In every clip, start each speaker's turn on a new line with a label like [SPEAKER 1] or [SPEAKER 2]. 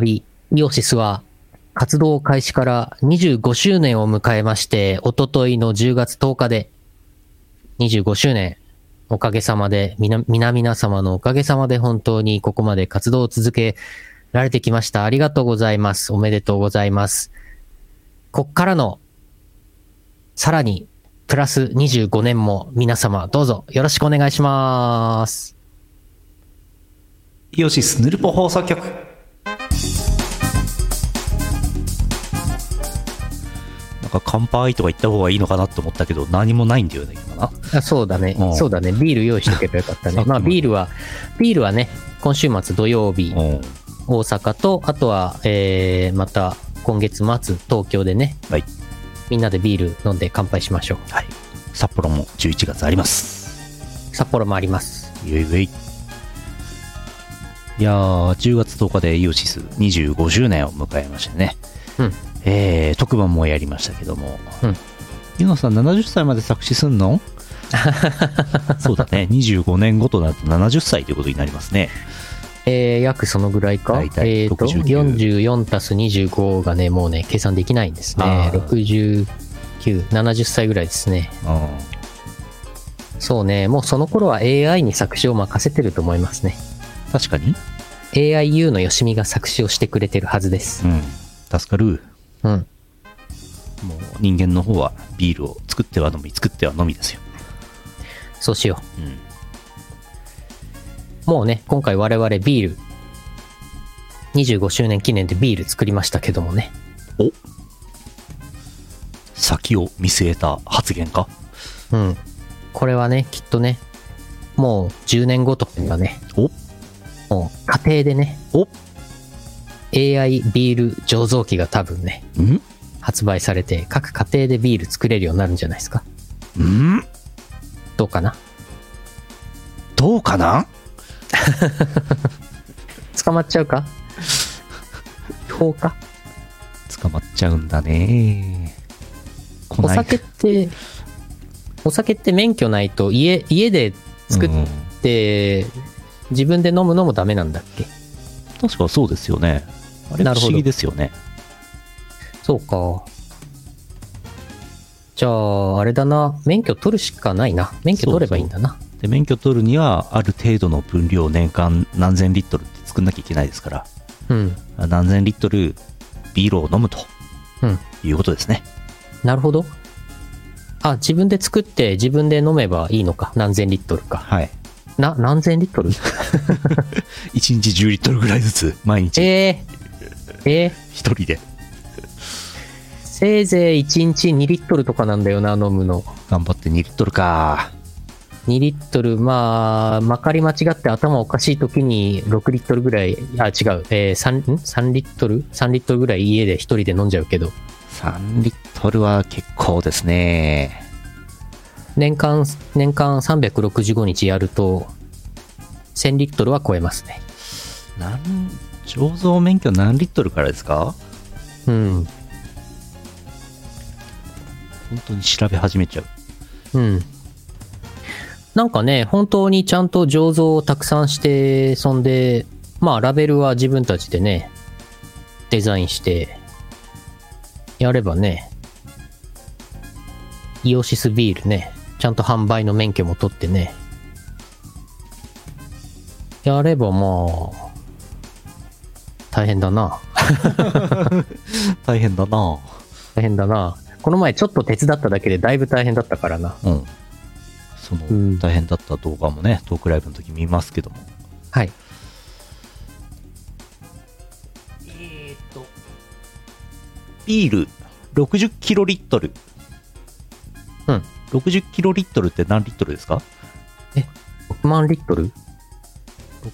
[SPEAKER 1] び、イオシスは活動開始から25周年を迎えまして、おとといの10月10日で25周年、おかげさまで、みな、皆々様のおかげさまで本当にここまで活動を続けられてきました。ありがとうございます。おめでとうございます。こっからの、さらに、プラス25年も皆様どうぞよろしくお願いします。
[SPEAKER 2] イオシスヌルポ放送局。なんか乾杯とか言った方がいいのかなと思ったけど、何もないんだよね、今な。
[SPEAKER 1] あそうだね、うん、そうだね。ビール用意しておけばよかったね。まあ、ビールは、ビールはね、今週末土曜日、うん、大阪と、あとは、えー、また今月末、東京でね、
[SPEAKER 2] はい、
[SPEAKER 1] みんなでビール飲んで乾杯しましょう。
[SPEAKER 2] はい。札幌も11月あります。
[SPEAKER 1] 札幌もあります。
[SPEAKER 2] いえいえい。いやー、10月10日でイオシス25周年を迎えましてね。
[SPEAKER 1] うん。
[SPEAKER 2] えー、特番もやりましたけども。
[SPEAKER 1] うん。
[SPEAKER 2] ユノさん70歳まで作詞すん のそうだね。25年後となると70歳ということになりますね。
[SPEAKER 1] えー、約そのぐらいか。大体えー、と、44たす25がね、もうね、計算できないんですね。69、70歳ぐらいですね。そうね、もうその頃は AI に作詞を任せてると思いますね。
[SPEAKER 2] 確かに。
[SPEAKER 1] AIU のよしみが作詞をしてくれてるはずです。
[SPEAKER 2] うん。助かる。
[SPEAKER 1] うん。
[SPEAKER 2] もう人間の方はビールを作っては飲み、作っては飲みですよ。
[SPEAKER 1] そうしよ
[SPEAKER 2] う。うん。
[SPEAKER 1] もうね、今回我々ビール、25周年記念でビール作りましたけどもね。
[SPEAKER 2] お先を見据えた発言か
[SPEAKER 1] うん。これはね、きっとね、もう10年後とかにはね、
[SPEAKER 2] お
[SPEAKER 1] もう家庭でね、
[SPEAKER 2] お
[SPEAKER 1] AI ビール醸造機が多分ね、
[SPEAKER 2] ん
[SPEAKER 1] 発売されて、各家庭でビール作れるようになるんじゃないですか。
[SPEAKER 2] ん
[SPEAKER 1] どうかな
[SPEAKER 2] どうかな
[SPEAKER 1] 捕まっちゃう か放火
[SPEAKER 2] 捕まっちゃうんだね
[SPEAKER 1] お酒ってお酒って免許ないと家家で作って、うん、自分で飲むのもダメなんだっけ
[SPEAKER 2] 確かそうですよねあれ不思議ですよね
[SPEAKER 1] そうかじゃああれだな免許取るしかないな免許取ればいいんだなそうそう
[SPEAKER 2] で免許取るにはある程度の分量年間何千リットルって作んなきゃいけないですから、
[SPEAKER 1] うん、
[SPEAKER 2] 何千リットルビールを飲むと、
[SPEAKER 1] うん、
[SPEAKER 2] いうことですね
[SPEAKER 1] なるほどあ自分で作って自分で飲めばいいのか何千リットルか
[SPEAKER 2] はい
[SPEAKER 1] な何千リット ル
[SPEAKER 2] ?1 日10リットルぐらいずつ毎日
[SPEAKER 1] えー、えー、
[SPEAKER 2] 一人で
[SPEAKER 1] せいぜい1日2リットルとかなんだよな飲むの
[SPEAKER 2] 頑張って2リットルか
[SPEAKER 1] 2リットル、まあ、まかり間違って頭おかしい時に6リットルぐらい、あ、違う、えー、3, 3リットル ?3 リットルぐらい家で1人で飲んじゃうけど。
[SPEAKER 2] 3リットルは結構ですね。
[SPEAKER 1] 年間、年間365日やると、1000リットルは超えますね。
[SPEAKER 2] なん、醸造免許何リットルからですか
[SPEAKER 1] うん。
[SPEAKER 2] 本当に調べ始めちゃ
[SPEAKER 1] う。うん。なんかね、本当にちゃんと醸造をたくさんして、そんで、まあ、ラベルは自分たちでね、デザインして、やればね、イオシスビールね、ちゃんと販売の免許も取ってね、やればまあ、大変だな。
[SPEAKER 2] 大変だな。
[SPEAKER 1] 大変だな。この前ちょっと手伝っただけでだいぶ大変だったからな。
[SPEAKER 2] うん。その大変だった動画もね、うん、トークライブの時見ますけども
[SPEAKER 1] はい
[SPEAKER 2] えー、っとビール60キロリットル
[SPEAKER 1] うん
[SPEAKER 2] 60キロリットルって何リットルですか
[SPEAKER 1] え6万リットル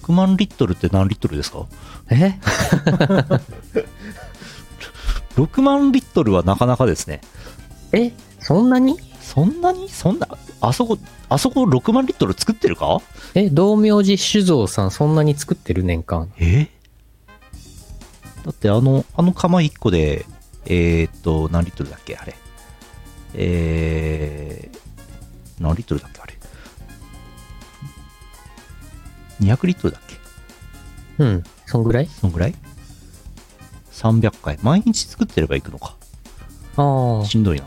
[SPEAKER 2] ?6 万リットルって何リットルですか
[SPEAKER 1] え
[SPEAKER 2] 6万リットルはなかなかですね
[SPEAKER 1] えそんなに
[SPEAKER 2] そんなにそんなあそこ、あそこ6万リットル作ってるか
[SPEAKER 1] え、道明寺酒造さんそんなに作ってる年間。
[SPEAKER 2] えだってあの、あの釜1個で、えー、っと、何リットルだっけあれ。えー、何リットルだっけあれ。200リットルだっけ
[SPEAKER 1] うん、そんぐらい
[SPEAKER 2] そんぐらい300回。毎日作ってればいくのか。
[SPEAKER 1] あ
[SPEAKER 2] しんどいな。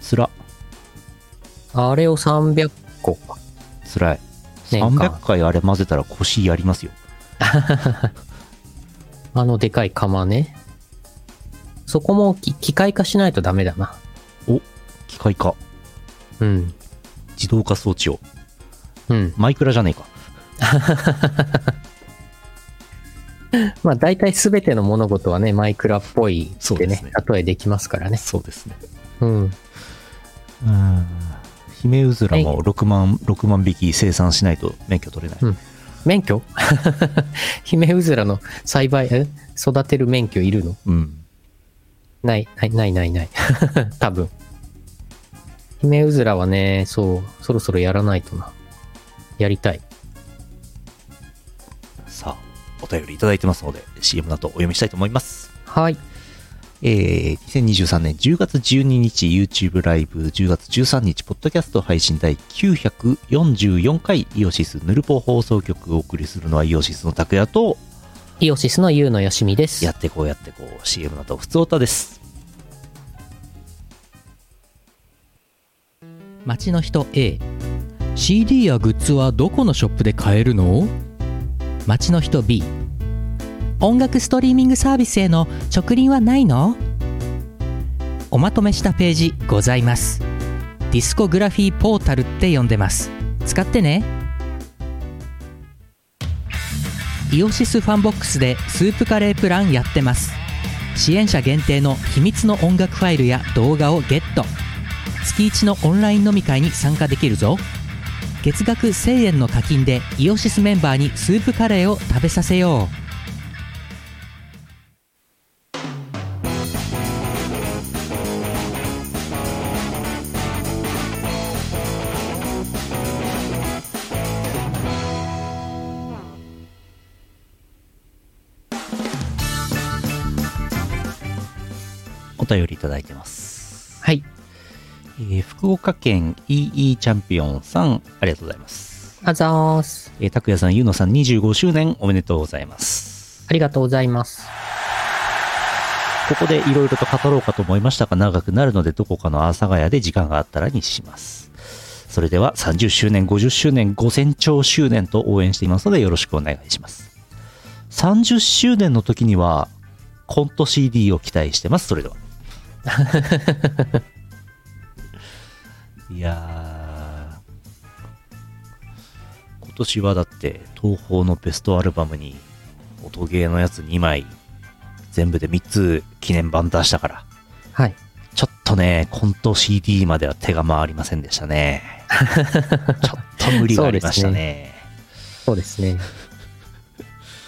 [SPEAKER 2] つら、
[SPEAKER 1] あ。あれを300個か。
[SPEAKER 2] つらい。
[SPEAKER 1] 年間
[SPEAKER 2] 300回あれ混ぜたら腰やりますよ。
[SPEAKER 1] あのでかい釜ね。そこもき機械化しないとダメだな。
[SPEAKER 2] 機械化、
[SPEAKER 1] うん。
[SPEAKER 2] 自動化装置を。
[SPEAKER 1] うん。
[SPEAKER 2] マイクラじゃねえか。
[SPEAKER 1] まあ大体すべての物事はね、マイクラっぽい
[SPEAKER 2] そ
[SPEAKER 1] っ
[SPEAKER 2] う
[SPEAKER 1] て
[SPEAKER 2] で
[SPEAKER 1] ね、
[SPEAKER 2] すね
[SPEAKER 1] 例えできますからね。
[SPEAKER 2] そうですね。
[SPEAKER 1] うん。
[SPEAKER 2] うん。姫うずらも6万、6万匹生産しないと免許取れない。
[SPEAKER 1] 免許 ヒメウズラの栽培、え育てる免許いるの
[SPEAKER 2] うん。
[SPEAKER 1] ない、ない、ない、ない、ない。 多分。ヒメウズラはね、そう、そろそろやらないとな。やりたい。
[SPEAKER 2] さあ、お便りいただいてますので、CM の後お読みしたいと思います。
[SPEAKER 1] はい。
[SPEAKER 2] えー、2023年10月12日 YouTube ライブ、10月13日ポッドキャスト配信第944回イオシスヌルポ放送局をお送りするのはイオシスの拓也と、
[SPEAKER 1] イオシスのユウのよしみです。
[SPEAKER 2] やってこうやってこう CM など普通歌です。
[SPEAKER 3] 街の人 A CD やグッズはどこのショップで買えるの街の人 B 音楽ストリーミングサービスへの直輪はないのおまとめしたページございますディスコグラフィーポータルって呼んでます使ってねイオシスファンボックスでスープカレープランやってます支援者限定の秘密の音楽ファイルや動画をゲット月一のオンライン飲み会に参加できるぞ月額1000円の課金でイオシスメンバーにスープカレーを食べさせよ
[SPEAKER 2] お便りいただいてます。
[SPEAKER 1] はい。
[SPEAKER 2] えー福岡県 EE チャンピオンさん、ありがとうございます。
[SPEAKER 1] あざーす。
[SPEAKER 2] えー、拓也さん、ゆうのさん25周年おめでとうございます。
[SPEAKER 1] ありがとうございます。
[SPEAKER 2] ここでいろいろと語ろうかと思いましたが長くなるのでどこかの阿佐ヶ谷で時間があったらにします。それでは30周年、50周年、5000兆周年と応援していますのでよろしくお願いします。30周年の時にはコント CD を期待してます。それでは。いやー今年はだって東宝のベストアルバムに音ゲーのやつ2枚全部で3つ記念版出したから、
[SPEAKER 1] はい。
[SPEAKER 2] ちょっとね、コント CD までは手が回りませんでした ね。ちょっと無理がありましたね。
[SPEAKER 1] そうですね。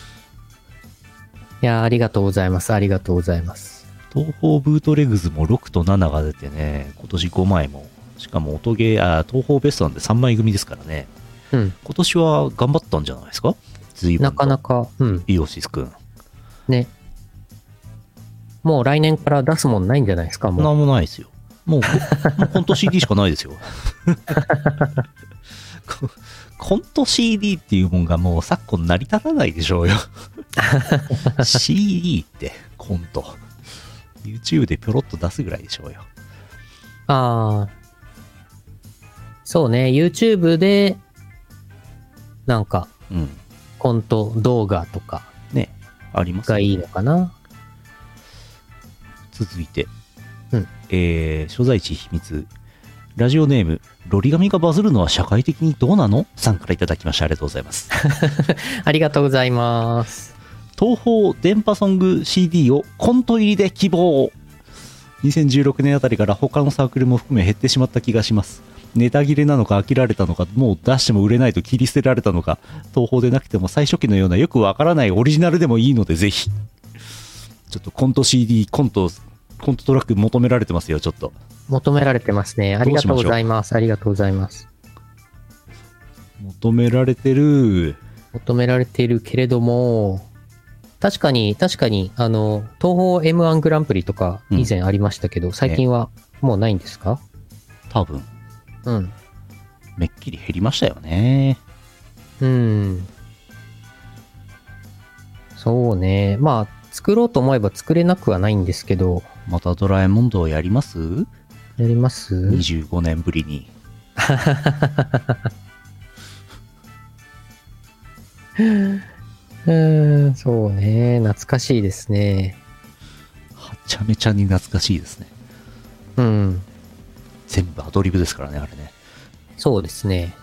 [SPEAKER 1] いやーありがとうございます。ありがとうございます。
[SPEAKER 2] 東宝ブートレグズも6と7が出てね、今年5枚も、しかも音ゲー、あ東宝ベストなんで3枚組ですからね、
[SPEAKER 1] うん。
[SPEAKER 2] 今年は頑張ったんじゃないですか随分
[SPEAKER 1] な
[SPEAKER 2] と
[SPEAKER 1] かなか、うん。
[SPEAKER 2] イオシスくん。
[SPEAKER 1] ね。もう来年から出すもんないんじゃないですか、も
[SPEAKER 2] な
[SPEAKER 1] う。
[SPEAKER 2] んもないですよ。 もう、もうコント CD しかないですよ。 こコント CD っていうもんがもう昨今成り立たないでし ょうよ。CD ってコント。YouTube でぴょろっと出すぐらいでしょうよ。
[SPEAKER 1] ああ。そうね、YouTube で、なんか、
[SPEAKER 2] うん。
[SPEAKER 1] コント動画とか
[SPEAKER 2] ね。あります
[SPEAKER 1] が
[SPEAKER 2] ね
[SPEAKER 1] いいのかな。
[SPEAKER 2] 続いて、
[SPEAKER 1] うん
[SPEAKER 2] えー所在地秘密ラジオネームロリガミがバズるのは社会的にどうなのさんからいただきましてありがとうございます
[SPEAKER 1] ありがとうございます。
[SPEAKER 2] 東宝電波ソング CD をコント入りで希望2016年あたりから他のサークルも含め減ってしまった気がしますネタ切れなのか飽きられたのかもう出しても売れないと切り捨てられたのか東宝でなくても最初期のようなよくわからないオリジナルでもいいのでぜひちょっとコント CD コントコントトラック求められてますよちょっと
[SPEAKER 1] 求められてますね。ありがとうございます。ありがとうございます。
[SPEAKER 2] 求められてる
[SPEAKER 1] 求められているけれども、確かに、確かに、あの、東宝 M1 グランプリとか以前ありましたけど、最近はもうないんですか
[SPEAKER 2] 多分
[SPEAKER 1] うん。
[SPEAKER 2] めっきり減りましたよね
[SPEAKER 1] うん。そうね。まあ、作ろうと思えば作れなくはないんですけど、
[SPEAKER 2] またドラえもん道やります
[SPEAKER 1] やります
[SPEAKER 2] ?25 年ぶりに。
[SPEAKER 1] うーん、そうね。懐かしいですね。
[SPEAKER 2] はちゃめちゃに懐かしいですね。
[SPEAKER 1] うん。
[SPEAKER 2] 全部アドリブですからね、あれね。
[SPEAKER 1] そうですね。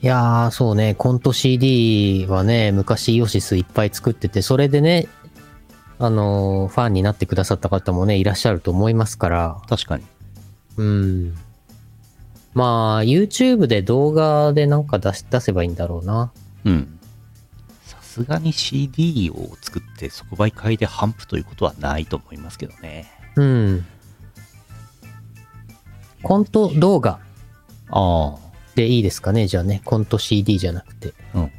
[SPEAKER 1] いやー、そうね。コント CD はね、昔イオシスいっぱい作ってて、それでね、あのーファンになってくださった方もね、いらっしゃると思いますから。
[SPEAKER 2] 確かに。
[SPEAKER 1] うん。まあ、YouTube で動画でなんか出し、出せばいいんだろうな。
[SPEAKER 2] うん。さすがに CD を作って即売会で頒布ということはないと思いますけどね。
[SPEAKER 1] うん。コント動画
[SPEAKER 2] ああ。
[SPEAKER 1] でいいですかねじゃあね。コント CD じゃなくて。
[SPEAKER 2] うん。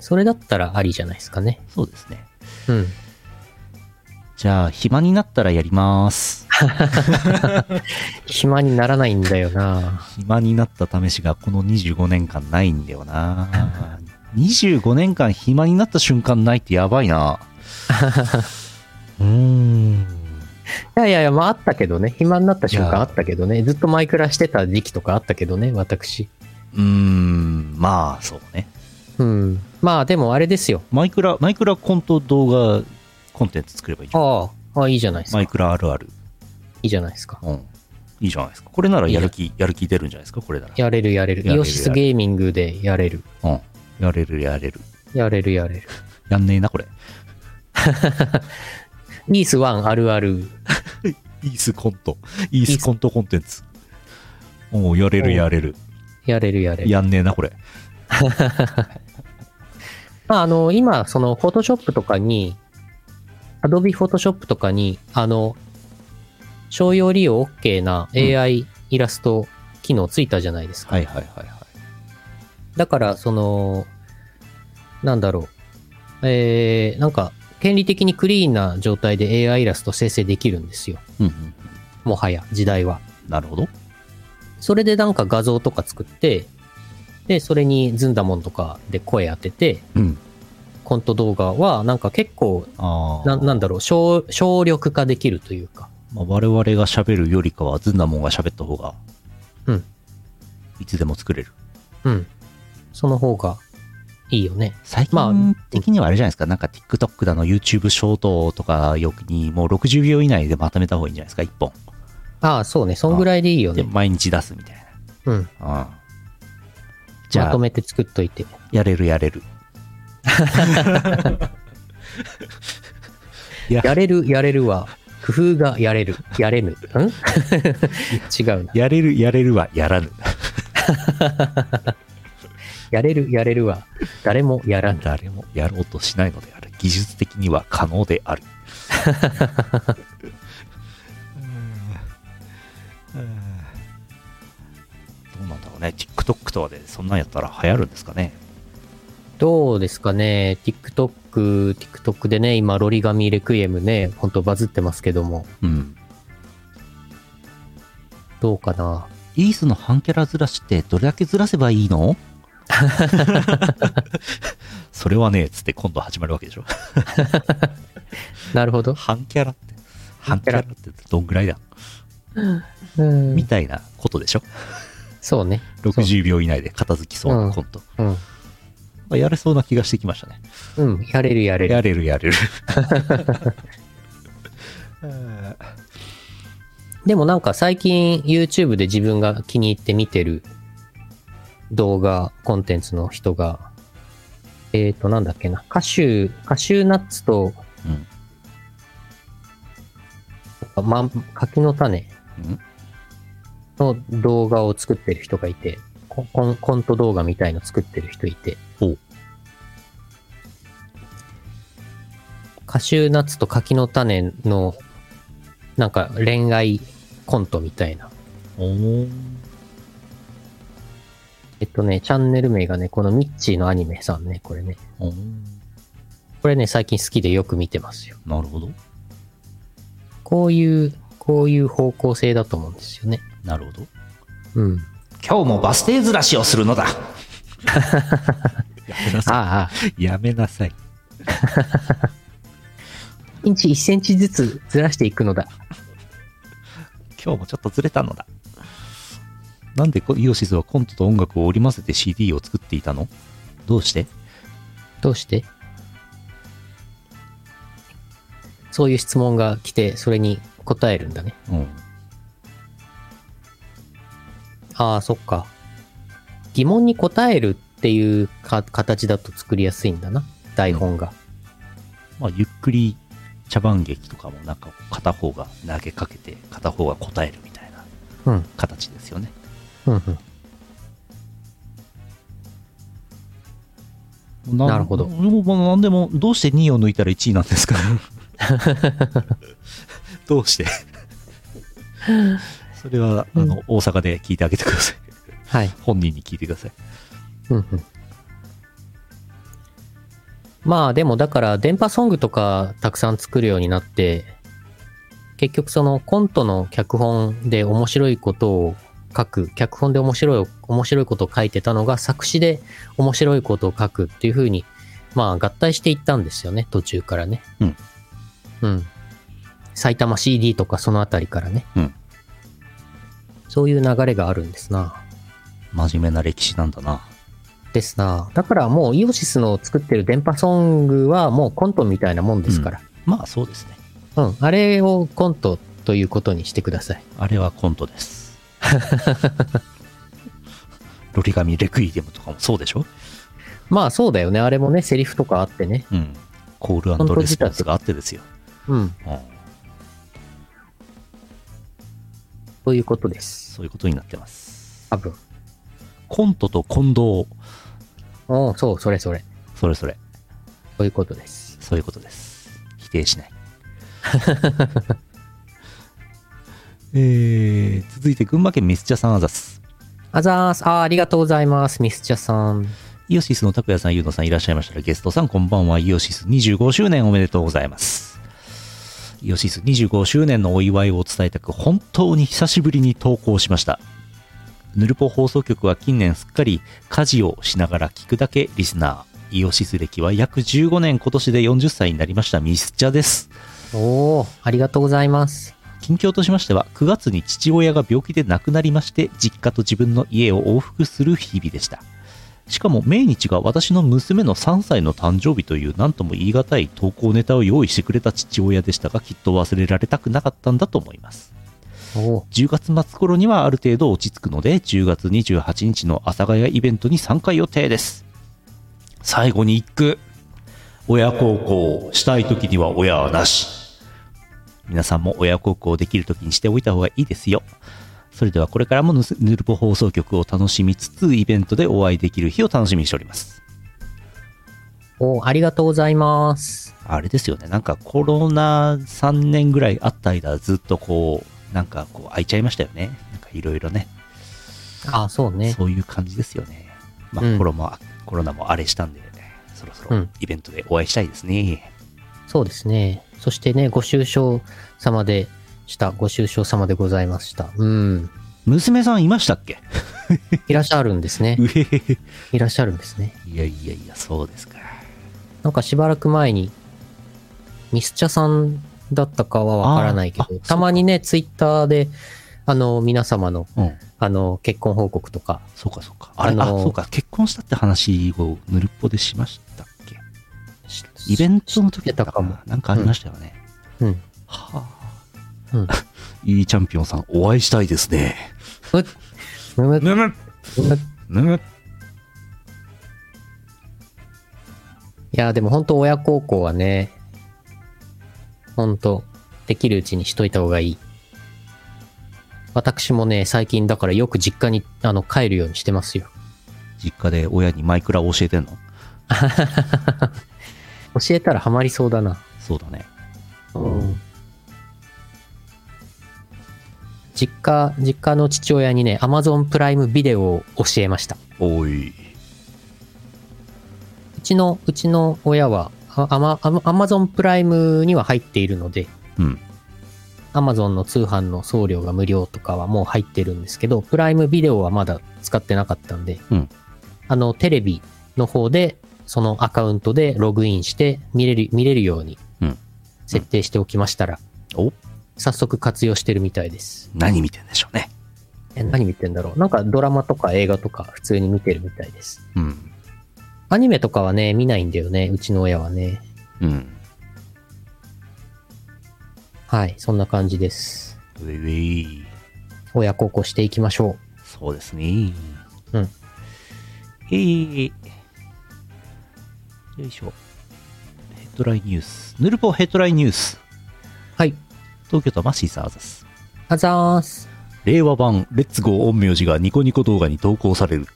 [SPEAKER 1] それだったらありじゃないですかね。
[SPEAKER 2] そうですね。
[SPEAKER 1] うん。
[SPEAKER 2] じゃあ、暇になったらやります。
[SPEAKER 1] 暇にならないんだよな。
[SPEAKER 2] 暇になった試しがこの25年間ないんだよな。25年間暇になった瞬間ないってやばいな。 うーん。
[SPEAKER 1] いやいやいや、まああったけどね。暇になった瞬
[SPEAKER 2] いや
[SPEAKER 1] 間あったけどね。ずっとマイクラしてた時期とかあったけどね、私。
[SPEAKER 2] うーん、まあ、そうね。
[SPEAKER 1] うん。まあでもあれですよ。
[SPEAKER 2] マイクラ、マイクラコント動画コンテンツ作ればいいじゃん。
[SPEAKER 1] ああ、ああいいじゃないですか。
[SPEAKER 2] マ
[SPEAKER 1] い
[SPEAKER 2] イクラあるある。
[SPEAKER 1] いじゃないですか。
[SPEAKER 2] うん。いいじゃないですか。これならやる気、やる気出るんじゃないですか、これなら。
[SPEAKER 1] やれるやれる。
[SPEAKER 2] やれる
[SPEAKER 1] イオシスゲーミングでやれる。
[SPEAKER 2] うん。やれる、やれる。
[SPEAKER 1] やれるやれる。
[SPEAKER 2] やんねえな、これ。
[SPEAKER 1] イース1あるある。
[SPEAKER 2] イースコント。イースコントコンテンツ。おうやれ
[SPEAKER 1] おう
[SPEAKER 2] る、やれる。
[SPEAKER 1] やれるやれる。
[SPEAKER 2] やんねえな、これ。
[SPEAKER 1] まあ、あの、今、その、フォトショップとかに、Adobe Photoshop とかに、あの、商用利用 OK な AI イラスト機能ついたじゃないですか。
[SPEAKER 2] はいはいはいはい。
[SPEAKER 1] だから、その、なんだろう。えー、なんか、権利的にクリーンな状態で AI イラスト生成できるんですよ。
[SPEAKER 2] うんうん。
[SPEAKER 1] もはや、時代は。
[SPEAKER 2] なるほど。
[SPEAKER 1] それでなんか画像とか作って、で、それにずんだもんとかで声当てて、
[SPEAKER 2] うん。
[SPEAKER 1] コント動画はなんか結構
[SPEAKER 2] ああ。
[SPEAKER 1] ななんだろう省、省力化できるというか。
[SPEAKER 2] まあ、我々が喋るよりかは、ずんなもんが喋った方が、
[SPEAKER 1] うん。
[SPEAKER 2] いつでも作れる。
[SPEAKER 1] うん。その方がいいよね。
[SPEAKER 2] 最
[SPEAKER 1] まあ
[SPEAKER 2] 近的にはあれじゃないですか、なんか TikTok だの、YouTube ショートとかよくに、もう60秒以内でまとめた方がいいんじゃないですか、1本。
[SPEAKER 1] ああ、そうね。そんぐらいでいいよ
[SPEAKER 2] で、
[SPEAKER 1] ね。
[SPEAKER 2] 毎日出すみたい
[SPEAKER 1] うん。
[SPEAKER 2] な。うん。じ
[SPEAKER 1] ま
[SPEAKER 2] ゃあ
[SPEAKER 1] と、めて作っといて。
[SPEAKER 2] やれるやれる。いや
[SPEAKER 1] やれる、やれるは、工夫がやれる、やれぬ。ん 違うな。
[SPEAKER 2] やれるやれるはやらぬ。
[SPEAKER 1] やれる、やれるは、誰もやらぬ。
[SPEAKER 2] 誰もやろうとしないのである。技術的には可能である。 どうなんだろうね。TikTok とかでそんなんやったら流行るんですかね。
[SPEAKER 1] どうですかね ?TikTok、TikTok でね、今、ロリガミレクイエムね、ほんとバズってますけども、
[SPEAKER 2] うん。
[SPEAKER 1] どうかな
[SPEAKER 2] イースの半キャラずらしってどれだけずらせばいいの それはね、つって今度始まるわけでしょ。
[SPEAKER 1] なるほど。
[SPEAKER 2] 半キャラって。
[SPEAKER 1] 半
[SPEAKER 2] 半キ
[SPEAKER 1] キ
[SPEAKER 2] ャ
[SPEAKER 1] ャ
[SPEAKER 2] ラ
[SPEAKER 1] ラ
[SPEAKER 2] ってどんぐらいだ
[SPEAKER 1] うん
[SPEAKER 2] みたいなことでしょ。
[SPEAKER 1] そうね。
[SPEAKER 2] 60秒以内で片付きそう
[SPEAKER 1] う
[SPEAKER 2] なんコント。
[SPEAKER 1] うん。
[SPEAKER 2] まあやれそうな気がしてきましたね。
[SPEAKER 1] うん。やれる、やれる。
[SPEAKER 2] やれるやれる。
[SPEAKER 1] でもなんか最近 YouTube で自分が気に入って見てる動画コンテンツの人が、えっ、ー、と、なんだっけな、カシュー、カシューナッツと
[SPEAKER 2] うん
[SPEAKER 1] ま、柿の種
[SPEAKER 2] うん
[SPEAKER 1] の動画を作ってる人がいて、ココンコント動画みたいの作ってる人いて
[SPEAKER 2] ほう、
[SPEAKER 1] カシューナッツと柿の種のなんか恋愛コントみたいな。
[SPEAKER 2] おー
[SPEAKER 1] えっとね、チャンネル名がね、このミッチーのアニメさんね、これね。
[SPEAKER 2] おー
[SPEAKER 1] これね、最近好きでよく見てますよ。
[SPEAKER 2] なるほど。
[SPEAKER 1] こういう、こういう方向性だと思うんですよね。
[SPEAKER 2] なるほど。
[SPEAKER 1] うん。
[SPEAKER 2] 今日もバス停ずらしをするのだ。やめなさ
[SPEAKER 1] ああ、
[SPEAKER 2] い。やめなさい。
[SPEAKER 1] インチ1センチずつずらしていくのだ。
[SPEAKER 2] 今日もちょっとずれたのだ。なんでこイオシスはコントと音楽を織り交ぜて CD を作っていたのどうして
[SPEAKER 1] どうしてそういう質問が来て、それに答えるんだね。
[SPEAKER 2] うん。
[SPEAKER 1] ああ、そっか。疑問に答えるっていうか形だと作りやすいんだな。台本が。
[SPEAKER 2] まあ、ゆっくり茶番劇とかもなんか片方が投げかけて片方が答えるみたいな
[SPEAKER 1] うん。
[SPEAKER 2] 形ですよね。
[SPEAKER 1] うん、うん。
[SPEAKER 2] な
[SPEAKER 1] なるほど
[SPEAKER 2] もうもう何でも、どうして2位を抜いたら1位なんで すかどうしてそれは、あの、大阪で聞いてあげてください。
[SPEAKER 1] はい。
[SPEAKER 2] 本人に聞いてください。
[SPEAKER 1] うんうん。まあでもだから電波ソングとかたくさん作るようになって、結局そのコントの脚本で面白いことを書く、脚本で面白い、面白いことを書いてたのが作詞で面白いことを書くっていう風に、まあ合体していったんですよね、途中からね。
[SPEAKER 2] うん。
[SPEAKER 1] うん。埼玉 CD とかそのあたりからね。
[SPEAKER 2] うん。
[SPEAKER 1] そういう流れがあるんですな。
[SPEAKER 2] 真面目な歴史なんだな。
[SPEAKER 1] ですな。だからもうイオシスの作ってる電波ソングはもうコントみたいなもんですから。
[SPEAKER 2] まあ、そうですね。
[SPEAKER 1] うん、あれをコントということにしてください。
[SPEAKER 2] あれはコントです。ロリガミレクイデムとかもそうでしょ
[SPEAKER 1] まあそうだよね。あれもね、セリフとかあってね。
[SPEAKER 2] うん。コールレスポンスがあってですよ。
[SPEAKER 1] うん。
[SPEAKER 2] うん。
[SPEAKER 1] ということです。
[SPEAKER 2] そういうことになってます。
[SPEAKER 1] 多分。
[SPEAKER 2] コントと近藤、
[SPEAKER 1] おうそう、それそれ。
[SPEAKER 2] それそれ。
[SPEAKER 1] ということです。
[SPEAKER 2] そういうことです。否定しない。えー、続いて群馬県ミスチャさんあざす。
[SPEAKER 1] あざーす。あーありがとうございます。ミスチャさん。
[SPEAKER 2] イオシスの拓也さん、ゆうのさんいらっしゃいましたら、ゲストさんこんばんは。イオシス25周年おめでとうございます。イオシス25周年のお祝いを伝えたく、本当に久しぶりに投稿しました。ヌルポ放送局は近年すっかり家事をしながら聞くだけリスナー。イオシス歴は約15年、今年で40歳になりましたミスチャです。
[SPEAKER 1] おおありがとうございます。
[SPEAKER 2] 近況としましては9月に父親が病気で亡くなりまして実家と自分の家を往復する日々でしたしかも命日が私の娘の3歳の誕生日という何とも言い難い投稿ネタを用意してくれた父親でしたがきっと忘れられたくなかったんだと思います
[SPEAKER 1] おお
[SPEAKER 2] 10月末頃にはある程度落ち着くので10月28日の阿佐ヶ谷イベントに参加予定です最後に一句親孝行したい時には親はなし皆さんも親孝行できる時にしておいた方がいいですよそれではこれからもぬすヌルポ放送局を楽しみつつイベントでお会いできる日を楽しみにしております
[SPEAKER 1] おーありがとうございます。
[SPEAKER 2] あれですよねなんかコロナ3年ぐらいあった間ずっとこうなんかこう空いちゃいましたよねなんかいろいろね
[SPEAKER 1] あーそうね。
[SPEAKER 2] そういう感じですよね。まあ、
[SPEAKER 1] うん
[SPEAKER 2] コロナコロナもあれしたんで、そろそうろ
[SPEAKER 1] ん
[SPEAKER 2] イベントでお会いしたいですね。
[SPEAKER 1] そうですね。そしてね、ご愁傷様でした。ご愁傷様でございました。うん。
[SPEAKER 2] 娘さんいましたっ け
[SPEAKER 1] いらっしゃるんですね
[SPEAKER 2] う。へへへ
[SPEAKER 1] いらっしゃるんですね。
[SPEAKER 2] いやいやいや、そうですか。
[SPEAKER 1] なんかしばらく前に、ミスチャさんだったかはわからないけ
[SPEAKER 2] あー
[SPEAKER 1] ど、
[SPEAKER 2] あ
[SPEAKER 1] たまにね、ツイッターで、あの、皆様の、
[SPEAKER 2] うん。
[SPEAKER 1] あの、結婚報告とか、
[SPEAKER 2] そうかそうか。あれ、
[SPEAKER 1] あのー
[SPEAKER 2] あ、そうか。結婚したって話をぬるっぽでしましたっけイベ
[SPEAKER 1] ン
[SPEAKER 2] ントの
[SPEAKER 1] 知っ
[SPEAKER 2] 時
[SPEAKER 1] て
[SPEAKER 2] だ
[SPEAKER 1] た
[SPEAKER 2] った
[SPEAKER 1] か
[SPEAKER 2] か
[SPEAKER 1] も
[SPEAKER 2] な。なんかありましたよね。
[SPEAKER 1] ト。うん。
[SPEAKER 2] はあ。
[SPEAKER 1] うん。
[SPEAKER 2] いいチャンピオンさん、お会いしたいですね。
[SPEAKER 1] うっむむ
[SPEAKER 2] むむ
[SPEAKER 1] む
[SPEAKER 2] むむ
[SPEAKER 1] いや、でも本当親孝行はね、本当できるうちにしといた方がいい。私もね、最近だからよく実家にあの帰るようにしてますよ。
[SPEAKER 2] 実家で親にマイクラを教えてんの
[SPEAKER 1] 教えたらハマりそうだな。
[SPEAKER 2] そうだね。
[SPEAKER 1] 実家、実家の父親にね、Amazon プライムビデオを教えました。
[SPEAKER 2] おい。
[SPEAKER 1] うちの、うちの親は、あアマ、アマ Amazon プライムには入っているので、
[SPEAKER 2] うん。
[SPEAKER 1] Amazon の通販の送料が無料とかはもう入ってるんですけど、プライムビデオはまだ使ってなかったんで、
[SPEAKER 2] うん
[SPEAKER 1] あの、テレビ、の方で、そのアカウントでログインして見れる、見れるように
[SPEAKER 2] うん
[SPEAKER 1] 設定しておきましたら、
[SPEAKER 2] お
[SPEAKER 1] 早速活用してるみたいです。
[SPEAKER 2] 何見てんでしょうね。
[SPEAKER 1] え、何見てんだろうなんかドラマとか映画とか普通に見てるみたいです。
[SPEAKER 2] うん。
[SPEAKER 1] アニメとかはね、見ないんだよね、うちの親はね。
[SPEAKER 2] うん。
[SPEAKER 1] はい、そんな感じです。
[SPEAKER 2] うえうえ
[SPEAKER 1] 親孝行していきましょ
[SPEAKER 2] そうですね。
[SPEAKER 1] うん。
[SPEAKER 2] えー、よいしょ。ヘッドラインニュース。ヌルポヘッドラインニュース。
[SPEAKER 1] う。はい、
[SPEAKER 2] 東京都マシーサーズです。
[SPEAKER 1] あざーす。
[SPEAKER 2] 令和版レッツゴー陰陽師がニコニコ動画に投稿される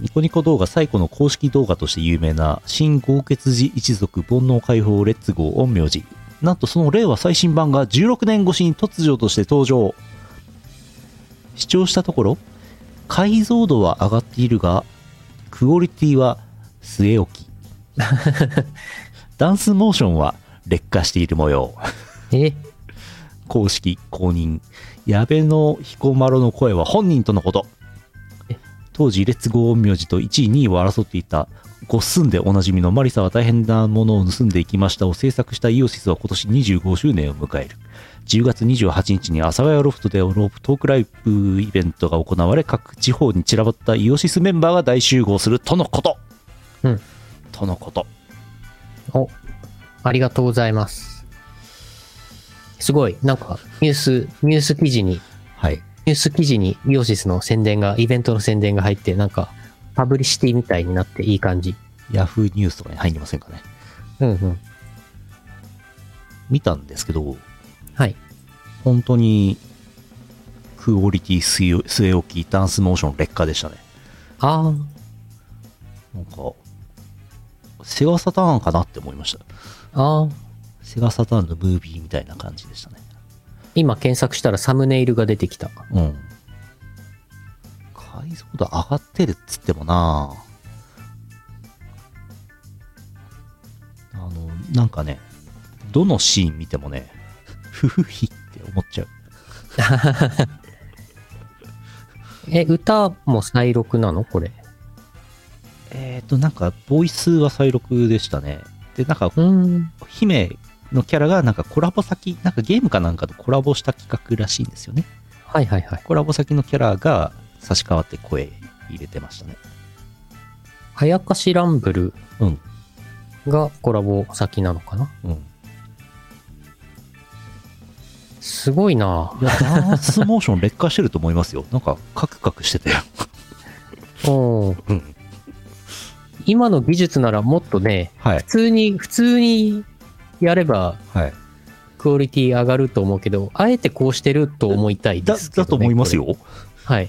[SPEAKER 2] ニコニコ動画最古の公式動画として有名な新豪傑寺一族煩悩解放レッツゴー陰陽師なんとその令和最新版が16年越しに突如として登場視聴したところ解像度は上がっているがクオリティは据え置きダンスモーションは劣化している模様
[SPEAKER 1] え、
[SPEAKER 2] 公式公認矢部の彦摩呂の声は本人とのこと
[SPEAKER 1] え
[SPEAKER 2] 当時レッツゴー名字と1位2位を争っていたごっすんでおなじみのマリサは大変なものを盗んでいきましたを制作したイオシスは今年25周年を迎える10月28日に阿佐ヶ谷ロフトでロープトークライブイベントが行われ各地方に散らばったイオシスメンバーが大集合するとのこと、
[SPEAKER 1] うん
[SPEAKER 2] とのこと
[SPEAKER 1] お、ありがとうございます。すごい、なんか、ニュース、ニュース記事に、
[SPEAKER 2] はい
[SPEAKER 1] ニュース記事にイオシスの宣伝が、イベントの宣伝が入って、なんか、パブリシティみたいになっていい感じ。
[SPEAKER 2] ヤフーニュースとかに入りませんかね
[SPEAKER 1] うんうん。
[SPEAKER 2] 見たんですけど
[SPEAKER 1] はい。
[SPEAKER 2] 本当にクオリティ据え据え置きダンスモーション劣化でしたね
[SPEAKER 1] あー、
[SPEAKER 2] なんかセガサターンかなって思いました
[SPEAKER 1] あー。
[SPEAKER 2] セガサターンのムービーみたいな感じでしたね
[SPEAKER 1] 今検索したらサムネイルが出てきた。
[SPEAKER 2] うん解像度上がってるっつってもなあのなんかねどのシーン見てもねふふひって思っちゃう
[SPEAKER 1] え、歌も再録なのこれ。
[SPEAKER 2] えっ、となんかボイスは再録でしたねでなんか
[SPEAKER 1] うーん。
[SPEAKER 2] 姫のキャラがなんかコラボ先、なんかゲームかなんかとコラボした企画らしいんですよね。
[SPEAKER 1] はいはいはい。
[SPEAKER 2] コラボ先のキャラが差し替わって声入れてましたね。
[SPEAKER 1] 早かしランブル
[SPEAKER 2] うん。
[SPEAKER 1] がコラボ先なのかな
[SPEAKER 2] うん。
[SPEAKER 1] すごいない
[SPEAKER 2] や、ダンスモーション劣化してると思いますよ。なんかカクカク してたよ。
[SPEAKER 1] ぁ。おー
[SPEAKER 2] うん。
[SPEAKER 1] 今の技術ならもっとね、
[SPEAKER 2] はい
[SPEAKER 1] 普。通に、普通にやれば
[SPEAKER 2] はい。
[SPEAKER 1] クオリティ上がると思うけど、あえてこうしてると思いたい
[SPEAKER 2] だ
[SPEAKER 1] です、けど
[SPEAKER 2] だ
[SPEAKER 1] ね
[SPEAKER 2] と思います。
[SPEAKER 1] こ
[SPEAKER 2] よ。
[SPEAKER 1] れはい。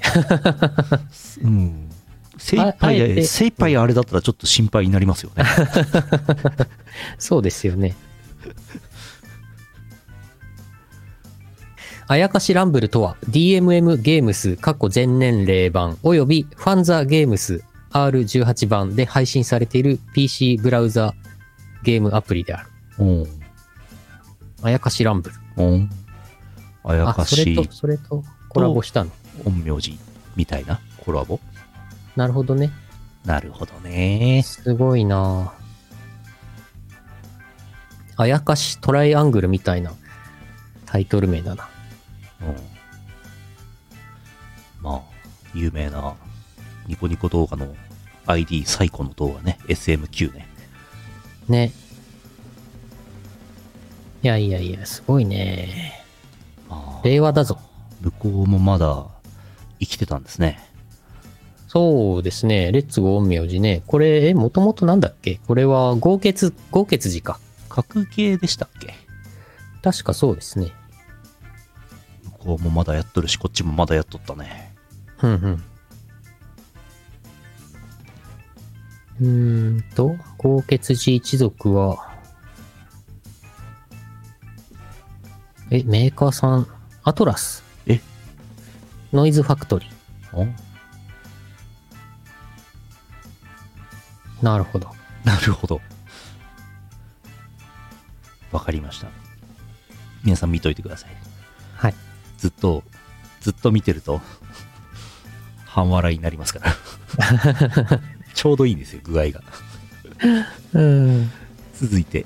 [SPEAKER 2] うん。精一杯
[SPEAKER 1] ああえて
[SPEAKER 2] で、精一杯あれだったらちょっと心配になりますよね。
[SPEAKER 1] そうですよね。あやかしランブルとは DMM ゲームス過去全年齢版およびファンザゲームス R18 版で配信されている PC ブラウザゲームアプリである。
[SPEAKER 2] うん。
[SPEAKER 1] あやかしランブル。
[SPEAKER 2] うん。あや
[SPEAKER 1] あ、
[SPEAKER 2] か
[SPEAKER 1] それ
[SPEAKER 2] し
[SPEAKER 1] と、それとコラボしたの。
[SPEAKER 2] 陰陽師みたいなコラボ。
[SPEAKER 1] なるほどね。
[SPEAKER 2] なるほどね。
[SPEAKER 1] すごいなああやかしトライアングルみたいなタイトル名だな。
[SPEAKER 2] うん、まあ有名なニコニコ動画の ID 最古の動画ね SMQ ね
[SPEAKER 1] ね。いやいやいや、すごいね。
[SPEAKER 2] まあ
[SPEAKER 1] 令和だぞ。
[SPEAKER 2] 向こうもまだ生きてたんですね
[SPEAKER 1] そうですね。レッツゴー陰陽師ね。これ、え、もともとなんだっけこれは、豪傑、豪傑寺か。
[SPEAKER 2] 格ゲーでしたっけ
[SPEAKER 1] 確かそうですね。
[SPEAKER 2] 向こうもまだやっとるしこっちもまだやっとったね
[SPEAKER 1] うんうん。うーんと、豪傑寺一族は、え、メーカーさん、アトラス。
[SPEAKER 2] え
[SPEAKER 1] ノイズファクトリー。
[SPEAKER 2] お
[SPEAKER 1] なるほど。
[SPEAKER 2] なるほどわかりました皆さん見といてください
[SPEAKER 1] はい。
[SPEAKER 2] ずっと ずっと見てると半笑いになりますからちょうどいいんですよ、具合が。
[SPEAKER 1] うん。
[SPEAKER 2] 続いて、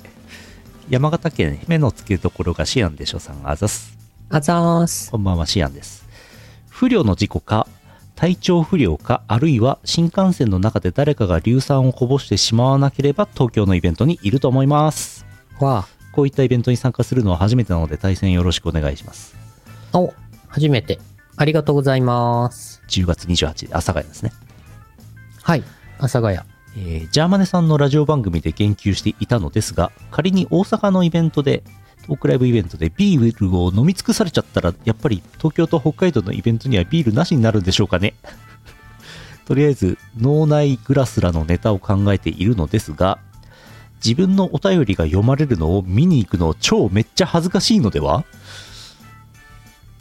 [SPEAKER 2] 山形県目の付けどころがシアンでしょさんあざす。
[SPEAKER 1] あざーす。
[SPEAKER 2] こんばんは、シアンです。不慮の事故か、体調不良か、あるいは新幹線の中で誰かが硫酸をこぼしてしまわなければ東京のイベントにいると思います。
[SPEAKER 1] わ
[SPEAKER 2] こういったイベントに参加するのは初めてなので対戦よろしくお願いします。
[SPEAKER 1] あ。お、初めて。ありがとうございます。
[SPEAKER 2] 10月28日、阿佐ヶ谷ですね。
[SPEAKER 1] はい。阿佐ヶ谷。
[SPEAKER 2] えージャーマネさんのラジオ番組で言及していたのですが、仮に大阪のイベントで、トークライブイベントでビールを飲み尽くされちゃったら、やっぱり東京と北海道のイベントにはビールなしになるんでしょうかね。 とりあえず、脳内グラスラのネタを考えているのですが、自分のお便りが読まれるのを見に行くの超めっちゃ恥ずかしいのでは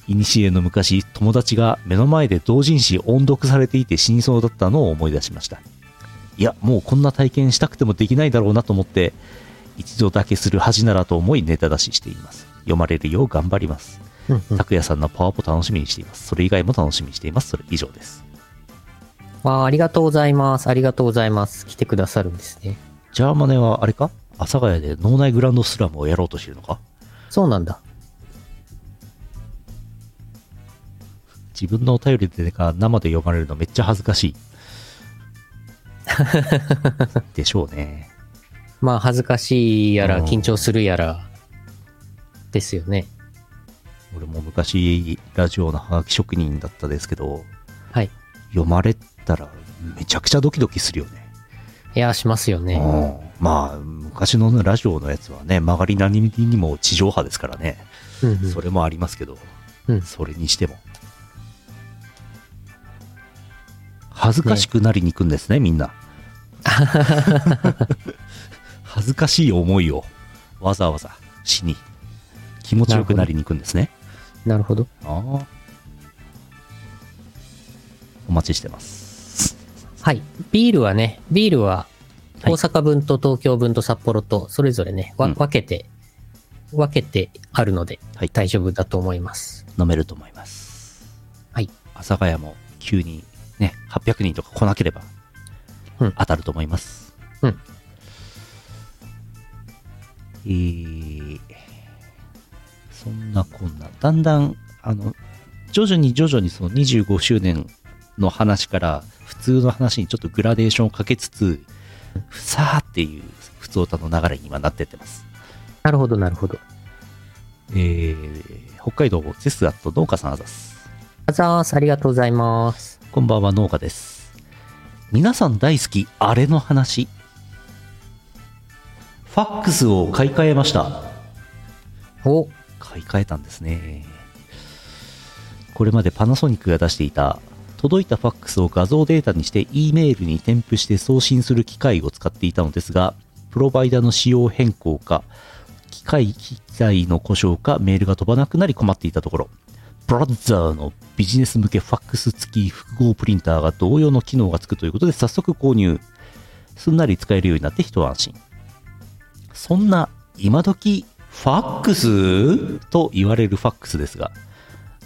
[SPEAKER 2] 古の昔、友達が目の前で同人誌音読されていて死にそうだったのを思い出しました。いや、もうこんな体験したくてもできないだろうなと思って、一度だけする恥ならと思いネタ出ししています。読まれるよう頑張ります。
[SPEAKER 1] うんうん。
[SPEAKER 2] 拓也さんのパワポ楽しみにしています。それ以外も楽しみにしています。それ以上です。
[SPEAKER 1] わあ、ありがとうございます。ありがとうございます。来てくださるんですね。
[SPEAKER 2] ジャーマネはあれか阿佐ヶ谷で脳内グランドスラムをやろうとしてるのか
[SPEAKER 1] そうなんだ。
[SPEAKER 2] 自分のお便りでか生で読まれるのめっちゃ恥ずかし い。でしょうね。
[SPEAKER 1] まあ、恥ずかしいや
[SPEAKER 2] う
[SPEAKER 1] ら、
[SPEAKER 2] ん
[SPEAKER 1] 緊張するやら、ですよね。
[SPEAKER 2] 俺も昔ラジオのハガキ職人だったですけど、
[SPEAKER 1] はい。
[SPEAKER 2] 読まれたらめちゃくちゃドキドキするよね。
[SPEAKER 1] いや、しますよね。
[SPEAKER 2] うんまあ、昔のラジオのやつはね、曲がりなりにも地上波ですからね、
[SPEAKER 1] うんうん
[SPEAKER 2] それもありますけど、
[SPEAKER 1] うん
[SPEAKER 2] それにしても。恥ずかしくなりに行くんですね、みん な。恥ずかしい思いをわざわざしに気持ちよくなりに行くんですね。
[SPEAKER 1] なるほど。
[SPEAKER 2] ああお待ちしてます。
[SPEAKER 1] はい。ビールはね、ビールは、大阪分と東京分と札幌と、それぞれね、わ
[SPEAKER 2] うん
[SPEAKER 1] 分けて、分けてあるので、
[SPEAKER 2] はい
[SPEAKER 1] 大丈夫だと思います。
[SPEAKER 2] 飲めると思います。
[SPEAKER 1] はい。
[SPEAKER 2] 阿佐ヶ谷も急にね、800人とか来なければ、
[SPEAKER 1] うん
[SPEAKER 2] 当たると思います。
[SPEAKER 1] うん
[SPEAKER 2] えーそんなこんな、だんだん、あの、徐々に徐々にその25周年の話から、普通の話にちょっとグラデーションをかけつつ、さあっていう、普通歌の流れに今なってってます。
[SPEAKER 1] なるほど、なるほど。
[SPEAKER 2] えー北海道セスアット農家さんあざす。
[SPEAKER 1] あざーす。ありがとうございます。
[SPEAKER 2] こんばんは、農家です。皆さん大好き、あれの話。ファックスを買い替えました。
[SPEAKER 1] お、
[SPEAKER 2] 買い替えたんですね。これまでパナソニックが出していた、届いたファックスを画像データにして E メールに添付して送信する機械を使っていたのですが、プロバイダの仕様変更か、機械機材の故障かメールが飛ばなくなり困っていたところ、ブラッザーのビジネス向けファックス付き複合プリンターが同様の機能がつくということで早速購入。すんなり使えるようになって一安心。そんな今時ファックスと言われるファックスですが、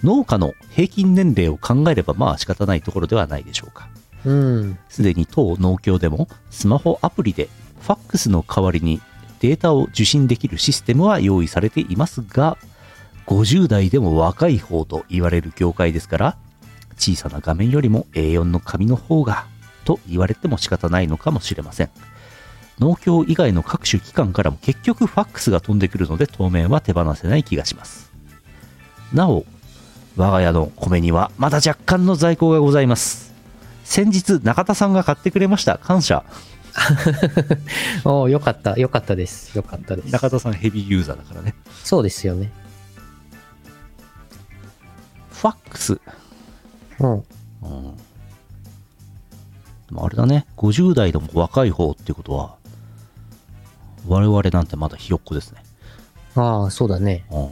[SPEAKER 2] 農家の平均年齢を考えればまあ仕方ないところではないでしょうか。
[SPEAKER 1] うん。
[SPEAKER 2] すでに当農協でもスマホアプリでファックスの代わりにデータを受信できるシステムは用意されていますが、50代でも若い方と言われる業界ですから、小さな画面よりも A4 の紙の方がと言われても仕方ないのかもしれません。農協以外の各種機関からも結局ファックスが飛んでくるので当面は手放せない気がします。なお、我が家の米にはまだ若干の在庫がございます。先日中田さんが買ってくれました感謝
[SPEAKER 1] およかった。よかったです。よかったです。
[SPEAKER 2] 中田さんヘビーユーザーだからね
[SPEAKER 1] そうですよね。
[SPEAKER 2] ファックス、
[SPEAKER 1] うん。
[SPEAKER 2] うん、でもあれだね50代でも若い方っていうことは我々なんてまだひよっこですね、
[SPEAKER 1] ああ、そうだね。
[SPEAKER 2] うん、こ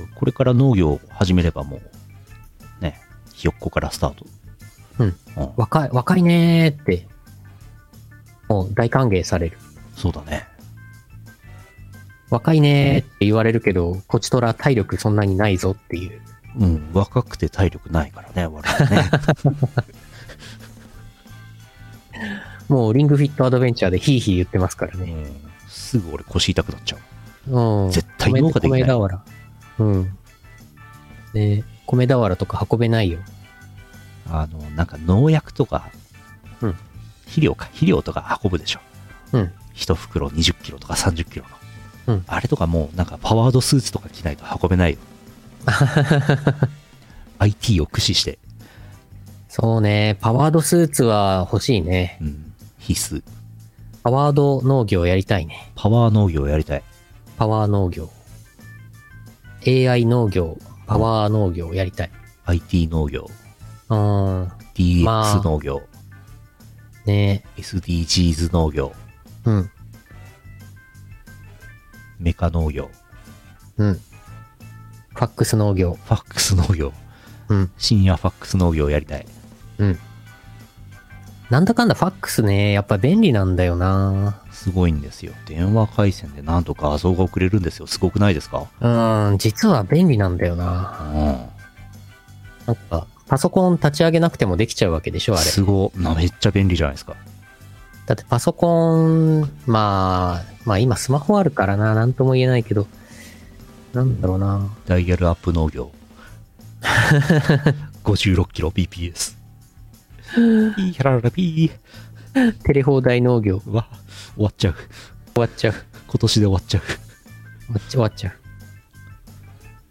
[SPEAKER 2] れこれから農業を始めればもうねひよっこからスタート、
[SPEAKER 1] うん。
[SPEAKER 2] うん、
[SPEAKER 1] 若い、若いねーって、もう大歓迎される。
[SPEAKER 2] そうだね
[SPEAKER 1] 若いねーって言われるけど、こちとら体力そんなにないぞっていう。
[SPEAKER 2] うん若 くて体力ないからね我々ね
[SPEAKER 1] もうリングフィットアドベンチャーでヒーヒー言ってますから
[SPEAKER 2] う
[SPEAKER 1] ね。
[SPEAKER 2] ん、すぐ俺腰痛くなっちゃう。
[SPEAKER 1] うん。
[SPEAKER 2] 絶対農家できない
[SPEAKER 1] 米米俵。うん。で、米俵とか運べないよ。
[SPEAKER 2] あの、なんか農薬とか、
[SPEAKER 1] うん
[SPEAKER 2] 肥料か、肥料とか運ぶでしょ。
[SPEAKER 1] うん。
[SPEAKER 2] 1袋20キロとか30キロの。
[SPEAKER 1] うん
[SPEAKER 2] あれとかもうなんかパワードスーツとか着ないと運べな いよ。IT を駆使して、
[SPEAKER 1] そうね。パワードスーツは欲しいね。
[SPEAKER 2] うん、必須。
[SPEAKER 1] パワード農業やりたいね。
[SPEAKER 2] パワー農業をやりたい。
[SPEAKER 1] パワー農業。AI 農業、パワー農業やりたい。
[SPEAKER 2] IT 農業、
[SPEAKER 1] うん。まあ
[SPEAKER 2] DX 農業、
[SPEAKER 1] ね
[SPEAKER 2] SDGs 農業、
[SPEAKER 1] うん。
[SPEAKER 2] メカ農業、
[SPEAKER 1] うん。ファックス農業。
[SPEAKER 2] ファックス農業、
[SPEAKER 1] うん。
[SPEAKER 2] 深夜ファックス農業をやりたい。
[SPEAKER 1] うん。なんだかんだファックスね、やっぱ便利なんだよな
[SPEAKER 2] すごいんですよ。電話回線でなんと画像が送れるんですよ。すごくないですか
[SPEAKER 1] うん、実は便利なんだよな
[SPEAKER 2] うん。
[SPEAKER 1] なんか、パソコン立ち上げなくてもできちゃうわけでしょ、あれ。
[SPEAKER 2] すごいなめっちゃ便利じゃないですか。
[SPEAKER 1] だってパソコン、まあ、まあ今スマホあるからな、なんとも言えないけど、なんだろうな
[SPEAKER 2] ダイヤルアップ農 業。56キロ BPS。ピ ーヒャラララピ
[SPEAKER 1] テレ放題農業、
[SPEAKER 2] ー。うわ、終わっちゃう。
[SPEAKER 1] 終わっちゃう。
[SPEAKER 2] 今年で終わっちゃう。
[SPEAKER 1] 終わっちゃ終わっちゃう。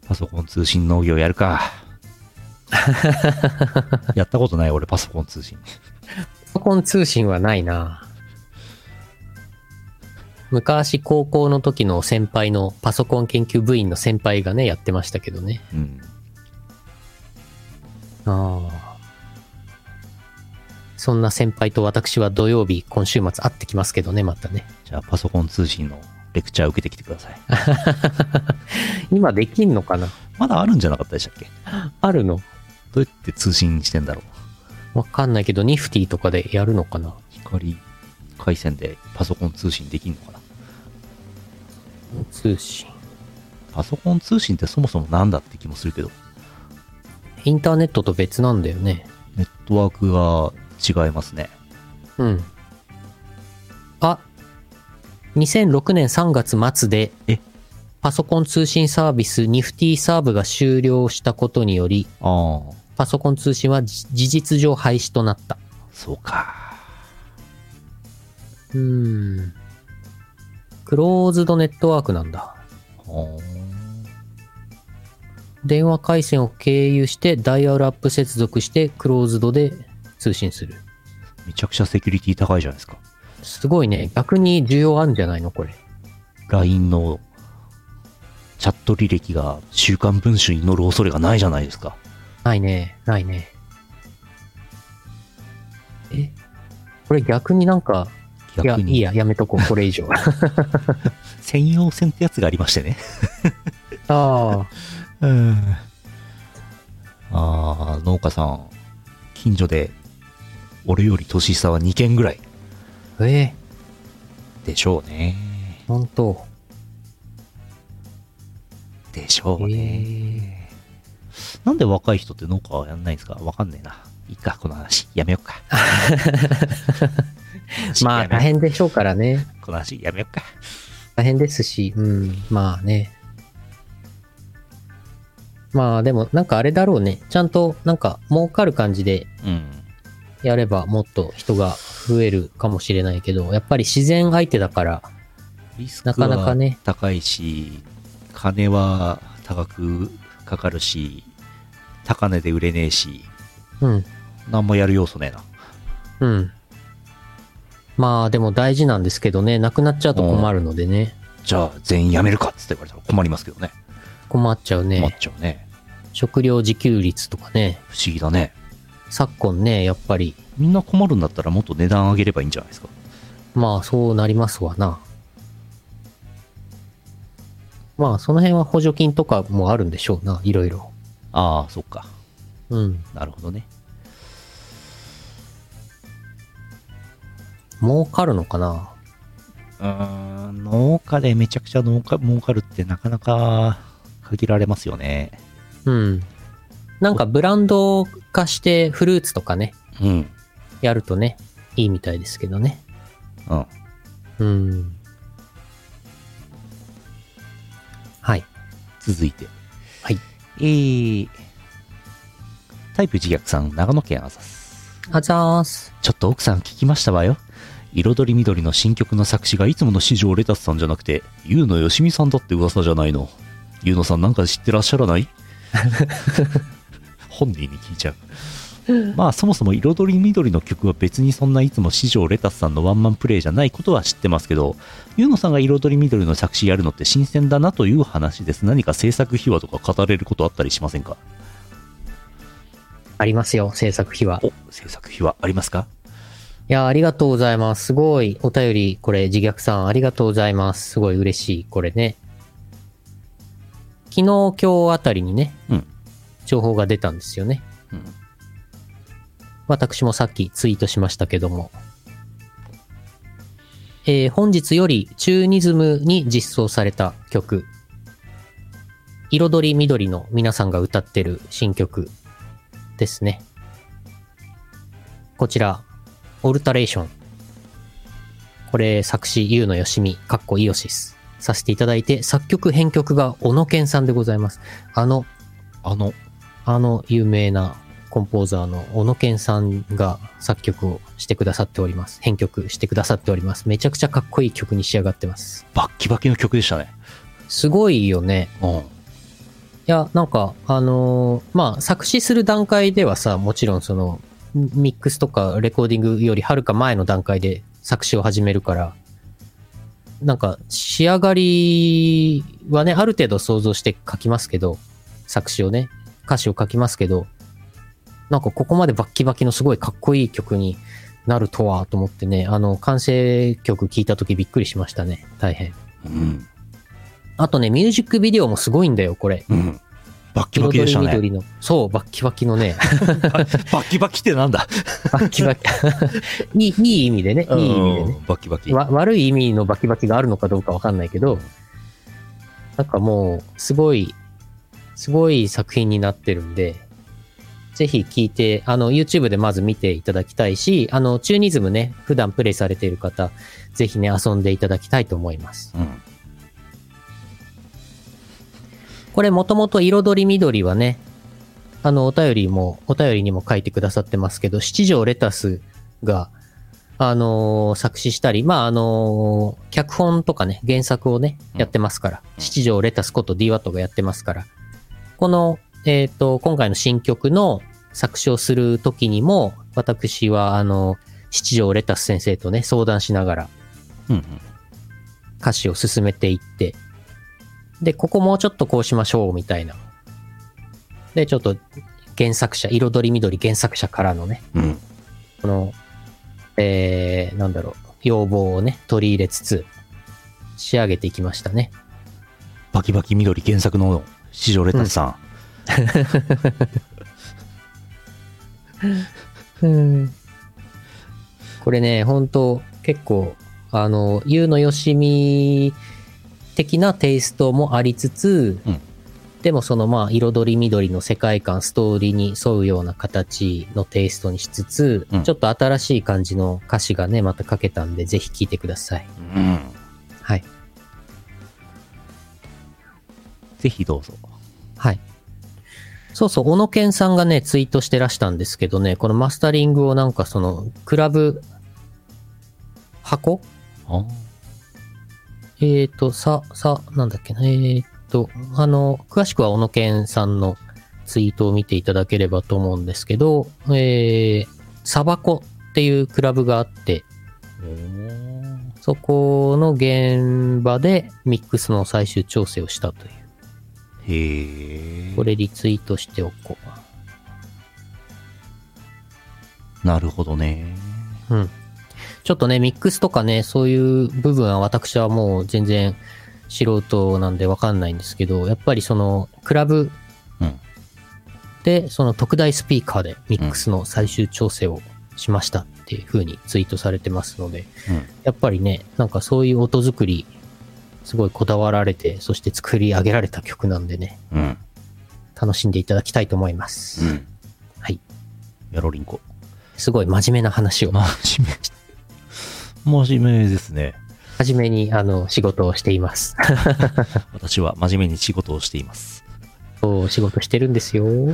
[SPEAKER 2] パソコン通信農業やる か。やったことない俺パソコン通信。
[SPEAKER 1] パソコン通信はないな昔高校の時の先輩のパソコン研究部員の先輩がね、やってましたけどね。
[SPEAKER 2] うん。
[SPEAKER 1] ああ。そんな先輩と私は土曜日、今週末会ってきますけどね、またね。
[SPEAKER 2] じゃあパソコン通信のレクチャー受けてきてくだ さい。
[SPEAKER 1] 今できんのかな
[SPEAKER 2] まだあるんじゃなかったでしたっけ
[SPEAKER 1] あるの
[SPEAKER 2] どうやって通信してんだろう。
[SPEAKER 1] わかんないけど、ニフティとかでやるのかな
[SPEAKER 2] 光回線でパソコン通信できんのかな
[SPEAKER 1] 通信。
[SPEAKER 2] パソコン通信ってそもそもなんだって気もするけど、
[SPEAKER 1] インターネットと別なんだよね。
[SPEAKER 2] ネットワークが違いますね。
[SPEAKER 1] うん。あ、2006年3月末で
[SPEAKER 2] え、
[SPEAKER 1] パソコン通信サービスニフティサーブが終了したことにより、
[SPEAKER 2] ああ、
[SPEAKER 1] パソコン通信は事事実上廃止となった。
[SPEAKER 2] そうか。
[SPEAKER 1] うーん。クローズドネットワークなんだ。
[SPEAKER 2] ほー
[SPEAKER 1] 電話回線を経由してダイヤルアップ接続してクローズドで通信する。
[SPEAKER 2] めちゃくちゃセキュリティ高いじゃないですか。
[SPEAKER 1] すごいね。逆に需要あるんじゃないのこれ。
[SPEAKER 2] LINE のチャット履歴が週刊文春に載る恐れがないじゃないですか。
[SPEAKER 1] ないね。ないね。えこれ逆になんか、いや、
[SPEAKER 2] 逆
[SPEAKER 1] い
[SPEAKER 2] に
[SPEAKER 1] いや、やめとこう。これ以上。あ
[SPEAKER 2] 専用線ってやつがありましてね。
[SPEAKER 1] あ。
[SPEAKER 2] ああー、農家さん、近所で、俺より年下は2軒ぐらい
[SPEAKER 1] え
[SPEAKER 2] でしょうね。
[SPEAKER 1] ー、ほんと。
[SPEAKER 2] でしょ
[SPEAKER 1] え
[SPEAKER 2] うね。
[SPEAKER 1] え
[SPEAKER 2] なんで若い人って農家はやんないんですかわかんねえな。いいか、この話。やめよっか。
[SPEAKER 1] ー まあ、
[SPEAKER 2] やめよ
[SPEAKER 1] 大変でしょうからね。
[SPEAKER 2] この話、やめよっか。
[SPEAKER 1] 大変ですし、うん、まあね。まあでも、なんかあれだろうね。ちゃんと、なんか、儲かる感じで
[SPEAKER 2] うん。
[SPEAKER 1] やれば、もっと人が増えるかもしれないけど、やっぱり自然相手だから、
[SPEAKER 2] リスク
[SPEAKER 1] なかなか
[SPEAKER 2] は
[SPEAKER 1] ね
[SPEAKER 2] 高いし、金は高くかかるし、高値で売れねえし、
[SPEAKER 1] うん、
[SPEAKER 2] なんもやる要素ねえな。
[SPEAKER 1] うん。まあでも大事なんですけどね、なくなっちゃうと困るのでね、
[SPEAKER 2] じゃあ、全員やめるかっつって言われたら困りますけどね。
[SPEAKER 1] 困っちゃう
[SPEAKER 2] 困っ
[SPEAKER 1] ね。
[SPEAKER 2] ちゃうね。
[SPEAKER 1] 食料自給率とかね、
[SPEAKER 2] 不思議だね。
[SPEAKER 1] 昨今ね、やっぱり、
[SPEAKER 2] みんな困るんだったらもっと値段上げればいいんじゃないですか。
[SPEAKER 1] まあそうなりますわな。まあその辺は補助金とかもあるんでしょうな、いろいろ。
[SPEAKER 2] ああ、そっか。
[SPEAKER 1] うん。
[SPEAKER 2] なるほどね。
[SPEAKER 1] 儲かるのかな
[SPEAKER 2] うーん、農家でめちゃくちゃ農家儲かるってなかなか限られますよね。
[SPEAKER 1] うん。なんかブランド化してフルーツとかね、
[SPEAKER 2] うん。
[SPEAKER 1] やるとね、いいみたいですけどね。
[SPEAKER 2] うん。
[SPEAKER 1] うん。はい。
[SPEAKER 2] 続いて。
[SPEAKER 1] はい。
[SPEAKER 2] えー、タイプ自虐さん、長野県あざす。
[SPEAKER 1] あざーす。
[SPEAKER 2] ちょっと奥さん聞きましたわよ。彩り緑の新曲の作詞がいつもの四条レタスさんじゃなくて、ゆうのよしみさんだって噂じゃないの。ゆうのさんなんか知ってらっしゃらない本人に聞いちゃう。まあそもそも彩り緑の曲は別にそんないつも四条レタスさんのワンマンプレイじゃないことは知ってますけど、ゆうのさんが彩り緑の作詞やるのって新鮮だなという話です。何か制作秘話とか語れることあったりしませんか
[SPEAKER 1] ありますよ、制作費は。い
[SPEAKER 2] お、制作秘話ありますか
[SPEAKER 1] や、ありがとうございます。すごい、お便り、これ、自虐さん、ありがとうございます。すごい嬉しい、これね。昨日、今日あたりにね、
[SPEAKER 2] うん
[SPEAKER 1] 情報が出たんですよね。
[SPEAKER 2] うん
[SPEAKER 1] 私もさっきツイートしましたけども。えー本日よりチューニズムに実装された曲。彩り緑の皆さんが歌ってる新曲ですね。こちら、オルタレーション。これ、作詞、ゆうのよしみ、かっこイオシス。させていただいて、作曲、編曲が小野健さんでございます。あの、
[SPEAKER 2] あの、
[SPEAKER 1] あの有名なコンポーザーの小野健さんが作曲をしてくださっております。編曲してくださっております。めちゃくちゃかっこいい曲に仕上がってます。
[SPEAKER 2] バッキバキの曲でしたね。
[SPEAKER 1] すごいよね。
[SPEAKER 2] うん。
[SPEAKER 1] いや、なんか、あのーまあ、作詞する段階ではさ、もちろんその、ミミックスとかレコーディングよりはるか前の段階で作詞を始めるから、なんか、仕上がりはね、ある程度想像して書きますけど、作詞をね、歌詞を書きますけど、なんかここまでバッキバキのすごいかっこいい曲になるとは、と思ってね、あの、完成曲聞いた時びっくりしましたね。大変。
[SPEAKER 2] うん。
[SPEAKER 1] あとね、ミュージックビデオもすごいんだよ、これ。
[SPEAKER 2] うん。バッキバキでしたね。
[SPEAKER 1] 緑の。そう、バッキバキの ね、
[SPEAKER 2] バッキバキってなんだ
[SPEAKER 1] バッキバキ。 いいいい意味でね、いい意味でね。
[SPEAKER 2] うんバッキバキ。
[SPEAKER 1] わ悪い意味のバキバキがあるのかどうかわかんないけど、なんかもう、すごい、すごい作品になってるんで、ぜひ聞いて、あの、YouTube でまず見ていただきたいし、あの、チューニズムね、普段プレイされている方、ぜひね、遊んでいただきたいと思います。
[SPEAKER 2] うん。
[SPEAKER 1] これもともと彩り緑はね、あの、お便りも、お便りにも書いてくださってますけど、七条レタスが、あのー作詞したり、まあ、あのー脚本とかね、原作をね、
[SPEAKER 2] うん
[SPEAKER 1] やってますから、七条レタスこと DWAT がやってますから、この、えっ、と、今回の新曲の作詞をするときにも、私は、あの七条レタス先生とね、相談しながら、
[SPEAKER 2] うん。
[SPEAKER 1] 歌詞を進めていって、で、ここもうちょっとこうしましょう、みたいな。で、ちょっと原作者、彩り緑原作者からのね、
[SPEAKER 2] うん。
[SPEAKER 1] この、えー、なんだろう、要望をね、取り入れつつ、仕上げていきましたね。
[SPEAKER 2] バキバキ緑原作の四条レタスさん。
[SPEAKER 1] これね、本当結構、あの、ゆうのよしみ的なテイストもありつつ、
[SPEAKER 2] うん
[SPEAKER 1] でもそのまあ、彩り緑の世界観、ストーリーに沿うような形のテイストにしつつ、
[SPEAKER 2] うん
[SPEAKER 1] ちょっと新しい感じの歌詞がね、また書けたんで、ぜひ聴いてください。
[SPEAKER 2] うん。
[SPEAKER 1] はい。
[SPEAKER 2] ぜひどうぞ。
[SPEAKER 1] はい。そうそう、小野健さんがね、ツイートしてらしたんですけどね、このマスタリングをなんかその、クラブ、箱
[SPEAKER 2] あ
[SPEAKER 1] えーと、さ、さ、なんだっけな、えーと、あの、詳しくは小野健さんのツイートを見ていただければと思うんですけど、えー、サバコっていうクラブがあって、そこの現場でミックスの最終調整をしたという。
[SPEAKER 2] へえ。
[SPEAKER 1] これリツイートしておこ
[SPEAKER 2] なるほどね。
[SPEAKER 1] う。うん。ちょっとね、ミックスとかね、そういう部分は私はもう全然素人なんでわかんないんですけど、やっぱりその、クラブ
[SPEAKER 2] うん。
[SPEAKER 1] で、その特大スピーカーでミックスの最終調整をしましたっていう風にツイートされてますので、やっぱりね、なんかそういう音作り、すごいこだわられて、そして作り上げられた曲なんでね、
[SPEAKER 2] うん。うん。
[SPEAKER 1] 楽しんでいただきたいと思います。
[SPEAKER 2] うん。
[SPEAKER 1] はい。
[SPEAKER 2] やろりんこ。
[SPEAKER 1] すごい真面目な話を。
[SPEAKER 2] 真面目。真面目ですね。
[SPEAKER 1] 真面目に、あの、仕事をしています。
[SPEAKER 2] 私は真面目に仕事をしています。
[SPEAKER 1] そう、仕事してるんですよ。
[SPEAKER 2] も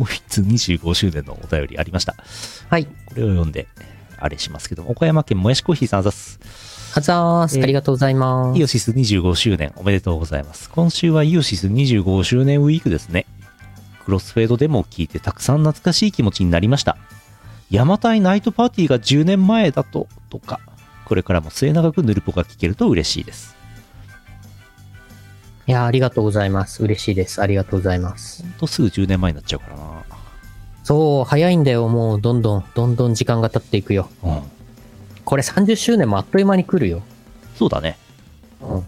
[SPEAKER 2] う一つ25周年のお便りありました。
[SPEAKER 1] はい。
[SPEAKER 2] これを読んで、あれしますけども、岡山県もやしコーヒーさんあざっす。
[SPEAKER 1] あざーす。
[SPEAKER 2] えー
[SPEAKER 1] ありがとうございます。
[SPEAKER 2] イオシス25周年おめでとうございます。今週はイオシス25周年ウィークですね。クロスフェードデモを聞いてたくさん懐かしい気持ちになりました。邪馬台ナイトパーティーが10年前だと、とか、これからも末永くヌルポが聞けると嬉しいです。
[SPEAKER 1] いやー、ありがとうございます。嬉しいです。ありがとうございます
[SPEAKER 2] ほ。んとすぐ10年前になっちゃうからな。
[SPEAKER 1] そう、早いんだよ。もう、どんどん、どんどん時間が経っていくよ。
[SPEAKER 2] うん。
[SPEAKER 1] これ30周年もあっという間に来るよ。
[SPEAKER 2] そうだね。
[SPEAKER 1] うん。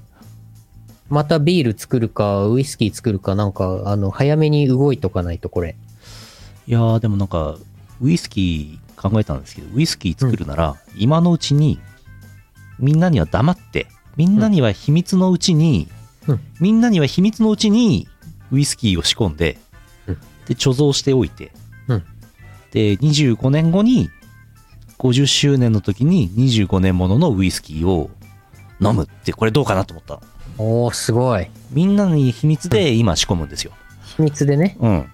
[SPEAKER 1] またビール作るか、ウイスキー作るか、なんか、あの、早めに動いとかないと、これ。
[SPEAKER 2] いやー、でもなんか、ウイスキー考えたんですけど、ウイスキー作るなら、今のうちに、みんなには黙って、みんなには秘密のうちに、
[SPEAKER 1] うん
[SPEAKER 2] みんなには秘密のうちに、ウイスキーを仕込んで、
[SPEAKER 1] うん
[SPEAKER 2] で、貯蔵しておいて、
[SPEAKER 1] うん
[SPEAKER 2] で、25年後に、50周年の時に25年もののウイスキーを飲むって、これどうかなと思った。
[SPEAKER 1] おー、すごい。
[SPEAKER 2] みんなに秘密で今仕込むんですよ。
[SPEAKER 1] 秘密でね。
[SPEAKER 2] うん。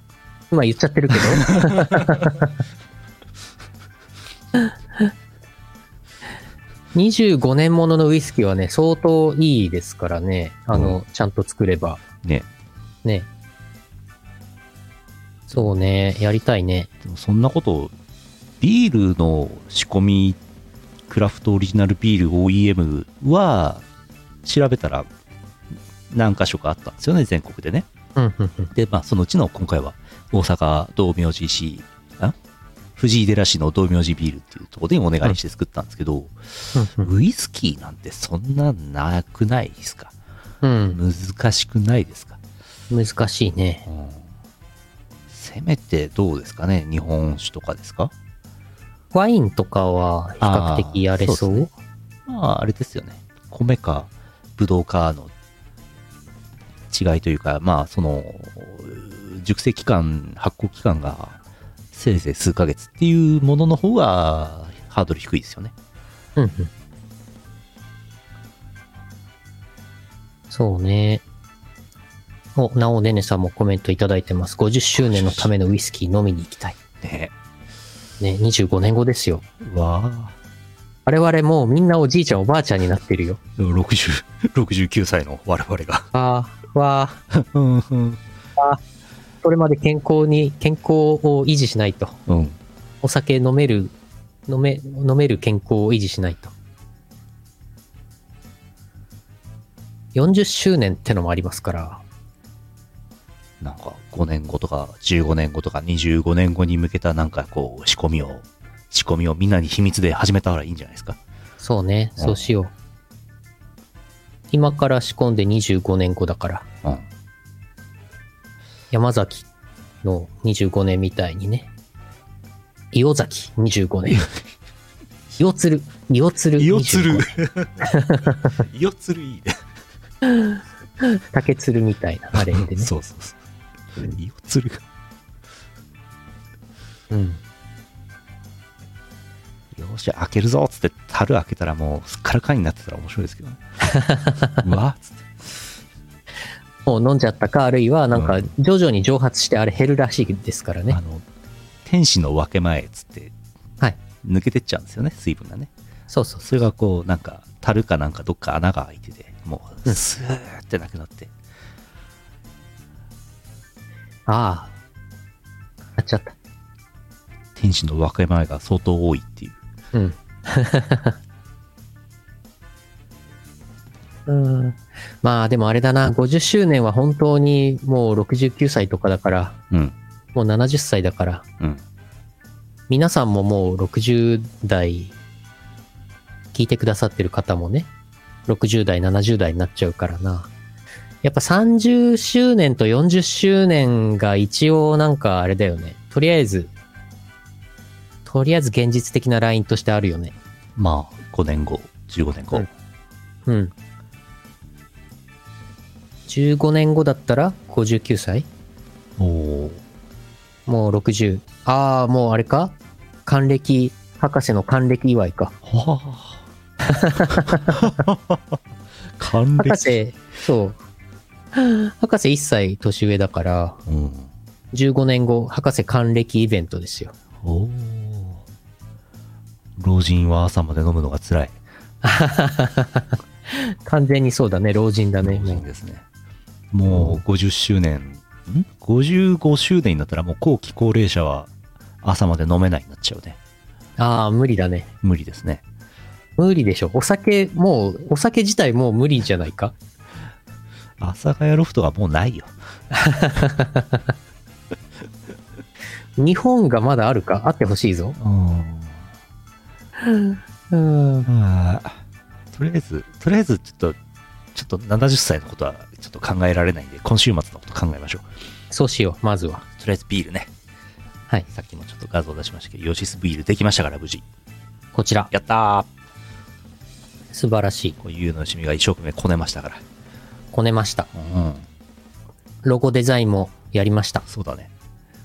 [SPEAKER 1] 今言っちゃってるけど。25年もののウイスキーはね、相当いいですからね。あの、
[SPEAKER 2] う
[SPEAKER 1] ちゃんと作れば。
[SPEAKER 2] ね。
[SPEAKER 1] ね。そうね。やりたいね。
[SPEAKER 2] でもそんなことビールの仕込みクラフトオリジナルビール OEM は調べたら何箇所かあったんですよね全国でね
[SPEAKER 1] うん、うん、うん。
[SPEAKER 2] でまあそのうちの今回は大阪道明寺市あ藤井寺市の道明寺ビールっていうところにお願いして作ったんですけど、
[SPEAKER 1] うん
[SPEAKER 2] ウイスキーなんてそんななくないですか
[SPEAKER 1] うん、
[SPEAKER 2] 難しくないですか、
[SPEAKER 1] うん。難しいね。
[SPEAKER 2] うんせめてどうですかね日本酒とかですか
[SPEAKER 1] ワインとかは比較的やれそう
[SPEAKER 2] あーそうまあ、あれですよね。米か、ぶどうかの違いというか、まあ、その、熟成期間、発酵期間がせいぜい数ヶ月っていうものの方が、ハードル低いですよね。
[SPEAKER 1] うんうんそうね。お、なおねねさんもコメントいただいてます。50周年のためのウイスキー飲みに行きたい。
[SPEAKER 2] ね
[SPEAKER 1] ね、25年後ですよ。
[SPEAKER 2] え。わあ。
[SPEAKER 1] 我々もうみんなおじいちゃんおばあちゃんになってるよ。
[SPEAKER 2] 60、69歳の我々が。
[SPEAKER 1] ああ、わあ、
[SPEAKER 2] うん、うん。
[SPEAKER 1] それまで健康に、健康を維持しないと。
[SPEAKER 2] うん。
[SPEAKER 1] お酒飲める、飲め、飲める健康を維持しないと。40周年ってのもありますから。
[SPEAKER 2] なんか、5年後とか、15年後とか、25年後に向けた、なんかこう、仕込みを、仕込みをみんなに秘密で始めたらいいんじゃないですか。
[SPEAKER 1] そうね、
[SPEAKER 2] うん
[SPEAKER 1] そうしよう。今から仕込んで25年後だから、
[SPEAKER 2] うん。
[SPEAKER 1] 山崎の25年みたいにね、伊予崎25年。 伊予鶴、伊予鶴。
[SPEAKER 2] イオツル
[SPEAKER 1] 25。
[SPEAKER 2] イオツルいいね。
[SPEAKER 1] 竹鶴みたいな、あれでね。
[SPEAKER 2] そうそうそう。イオツルが。
[SPEAKER 1] うん。
[SPEAKER 2] よーし、開けるぞっつって、樽開けたらもう、すっからかんになってたら面白いですけどね。うわっつって。
[SPEAKER 1] もう飲んじゃったか、あるいはなん
[SPEAKER 2] う
[SPEAKER 1] か
[SPEAKER 2] ん
[SPEAKER 1] 徐々に蒸発してあれ減るらしいですからね
[SPEAKER 2] あ。の、天使の分け前っつって、
[SPEAKER 1] はい。
[SPEAKER 2] 抜けてっちゃうんですよね、水分がね。
[SPEAKER 1] そうそうそ
[SPEAKER 2] それがこう、なんか、樽かなんかどっか穴が開いてて、も
[SPEAKER 1] う
[SPEAKER 2] う、
[SPEAKER 1] ん
[SPEAKER 2] スーってなくなって。
[SPEAKER 1] う。ああ。買っちゃった。
[SPEAKER 2] 天使の分け前が相当多いっていう。
[SPEAKER 1] うん。 うん、まあでもあれだな、50周年は本当にもう69歳とかだから、
[SPEAKER 2] うん。
[SPEAKER 1] もう70歳だから、
[SPEAKER 2] うん。
[SPEAKER 1] 皆さんももう60代、聞いてくださってる方もね、60代、70代になっちゃうからな。やっぱ30周年と40周年が一応なんかあれだよね。とりあえず、とりあえず現実的なラインとしてあるよね。
[SPEAKER 2] まあ、5年後、15年後。
[SPEAKER 1] うんうん。15年後だったら59歳
[SPEAKER 2] おー
[SPEAKER 1] もう60。ああ、もうあれか還暦、博士の還暦祝いか。
[SPEAKER 2] はあ。還
[SPEAKER 1] 博
[SPEAKER 2] 暦。
[SPEAKER 1] 士、そう。博士1歳年上だから、
[SPEAKER 2] うん。
[SPEAKER 1] 15年後、博士還暦イベントですよ。
[SPEAKER 2] おー老人は朝まで飲むのが辛い。
[SPEAKER 1] 完全にそうだね、老人だね。
[SPEAKER 2] 老
[SPEAKER 1] も
[SPEAKER 2] 人
[SPEAKER 1] う
[SPEAKER 2] ですね。もう50周年、ん ?55 周年になったらもう後期高齢者は朝まで飲めないになっちゃうね。
[SPEAKER 1] ああ、無理だね。
[SPEAKER 2] 無理ですね。
[SPEAKER 1] 無理でしょ。お酒、もう、お酒自体もう無理じゃないか。
[SPEAKER 2] 阿佐ヶ谷ロフトがもうないよ。
[SPEAKER 1] 日本がまだあるかあってほしいぞ。
[SPEAKER 2] うん。
[SPEAKER 1] うん。
[SPEAKER 2] とりあえず、とりあえずちょっと、ちょっと70歳のことはちょっと考えられないんで、今週末のこと考えましょう。
[SPEAKER 1] そうしよう、まずは。
[SPEAKER 2] とりあえずビールね。
[SPEAKER 1] はい。
[SPEAKER 2] さっきもちょっと画像出しましたけど、ヨシスビールできましたから、無事。
[SPEAKER 1] こちら。
[SPEAKER 2] やったー
[SPEAKER 1] 素晴らしい。
[SPEAKER 2] こういうのしみが一生懸命こねましたから。
[SPEAKER 1] こねました。
[SPEAKER 2] うん。
[SPEAKER 1] ロゴデザインもやりました。
[SPEAKER 2] そうだね。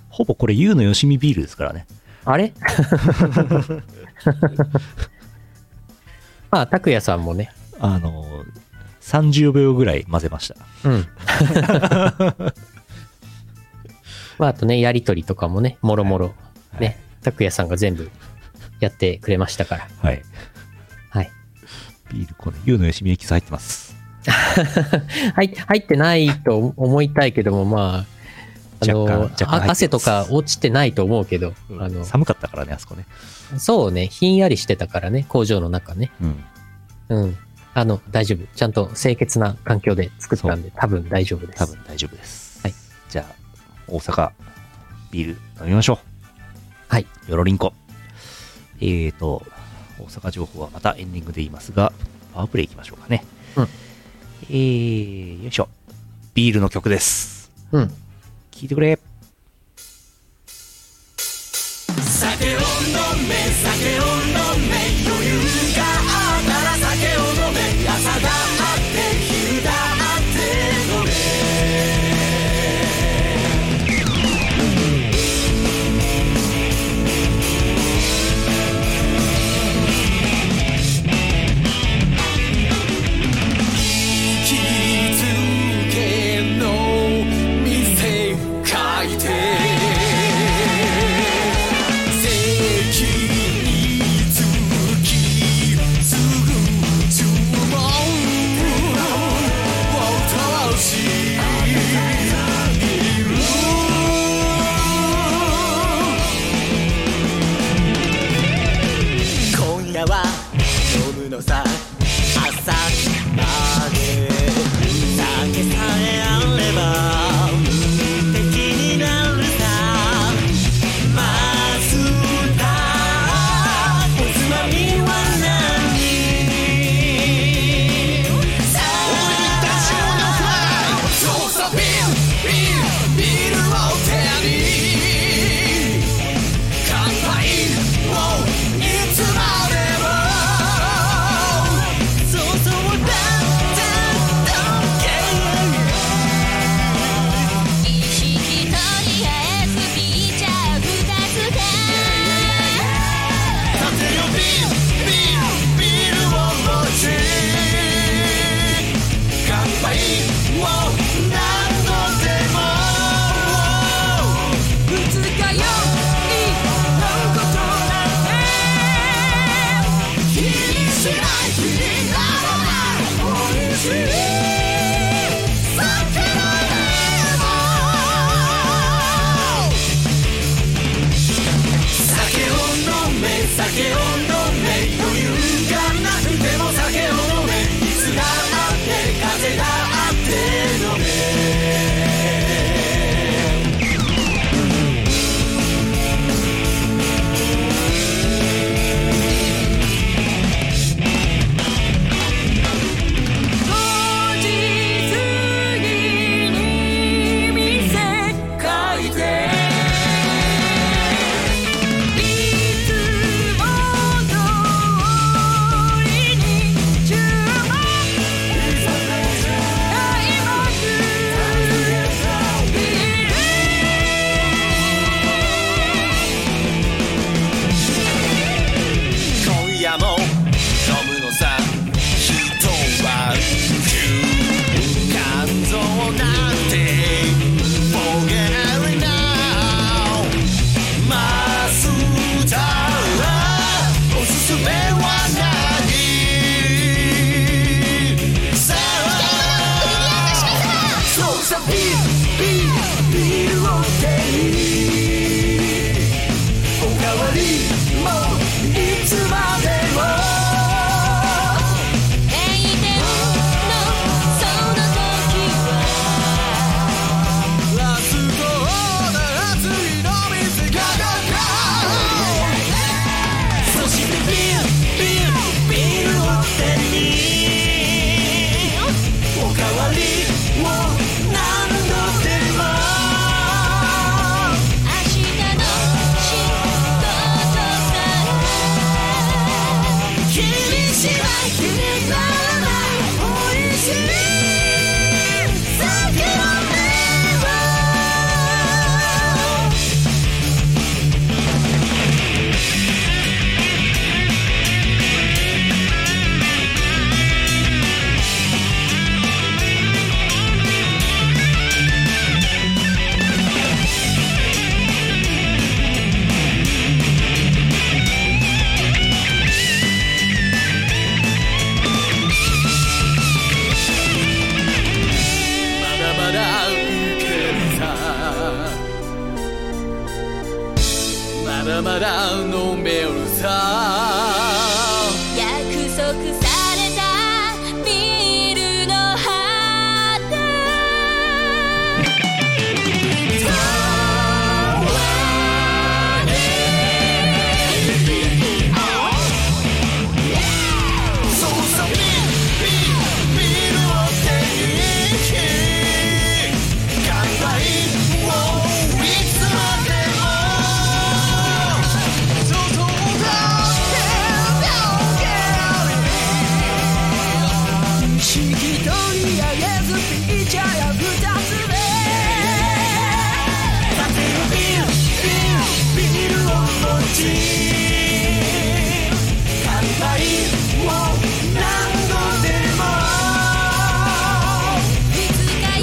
[SPEAKER 2] ほぼこれ、ゆうのよしみビールですからね。
[SPEAKER 1] あれ まあ、拓也さんもね。
[SPEAKER 2] あのー、30秒ぐらい混ぜました。
[SPEAKER 1] うん。 まあ、あとね、やりとりとかもね、もろもろ。ね、拓也さんが全部やってくれましたから。
[SPEAKER 2] はい。
[SPEAKER 1] はい。
[SPEAKER 2] ビールこね、ゆうのよしみエキス入ってます。
[SPEAKER 1] 入入ってないと思いたいけども、まあ、あの、
[SPEAKER 2] 若干若干入ってま
[SPEAKER 1] あ
[SPEAKER 2] す
[SPEAKER 1] 汗とか落ちてないと思うけど、
[SPEAKER 2] うん
[SPEAKER 1] あの、
[SPEAKER 2] 寒かったからね、あそこね。
[SPEAKER 1] そうね、ひんやりしてたからね、工場の中ね。
[SPEAKER 2] うん。
[SPEAKER 1] うん。あの、大丈夫。ちゃんと清潔な環境で作ったんで、多分大丈夫です。
[SPEAKER 2] 多分大丈夫です。
[SPEAKER 1] はい。
[SPEAKER 2] じゃあ、大阪、ビール飲みましょう。
[SPEAKER 1] はい。
[SPEAKER 2] よろりんこ。えーと、大阪情報はまたエンディングで言いますが、パワープレイいきましょうかね。
[SPEAKER 1] うん
[SPEAKER 2] えー、よいしょ。ビールの曲です。
[SPEAKER 1] うん。
[SPEAKER 2] 聞いてくれ。
[SPEAKER 4] 「気づけの店書いて」「席につきすぐ注文を通しいる」今夜は飲むのさ朝まで酒さえあれば無敵になるさまずだおつまみは何さあ俺たちのフライそうさビールビールビールを手に乾杯をいつまでもそうそうだっただ
[SPEAKER 5] 意識とりあえずピーチャー二つが
[SPEAKER 4] け立てよビールビールビールを持ち乾杯を何度でも
[SPEAKER 5] 「ぶつかよい
[SPEAKER 4] 何度となんて気にしない気にならない美味しい酒のレモン酒を飲め酒を飲め余裕がなくても酒を飲め水があって風があって飲め「今夜はまだ飲めるさ
[SPEAKER 5] 約束されたビールの旗
[SPEAKER 4] そうさビビビールを手に乾杯をいつまでもそうそう
[SPEAKER 5] 引き取り上げずピッチャーや二つ目
[SPEAKER 4] ビールを持ち乾杯を何度でも
[SPEAKER 5] いつかよ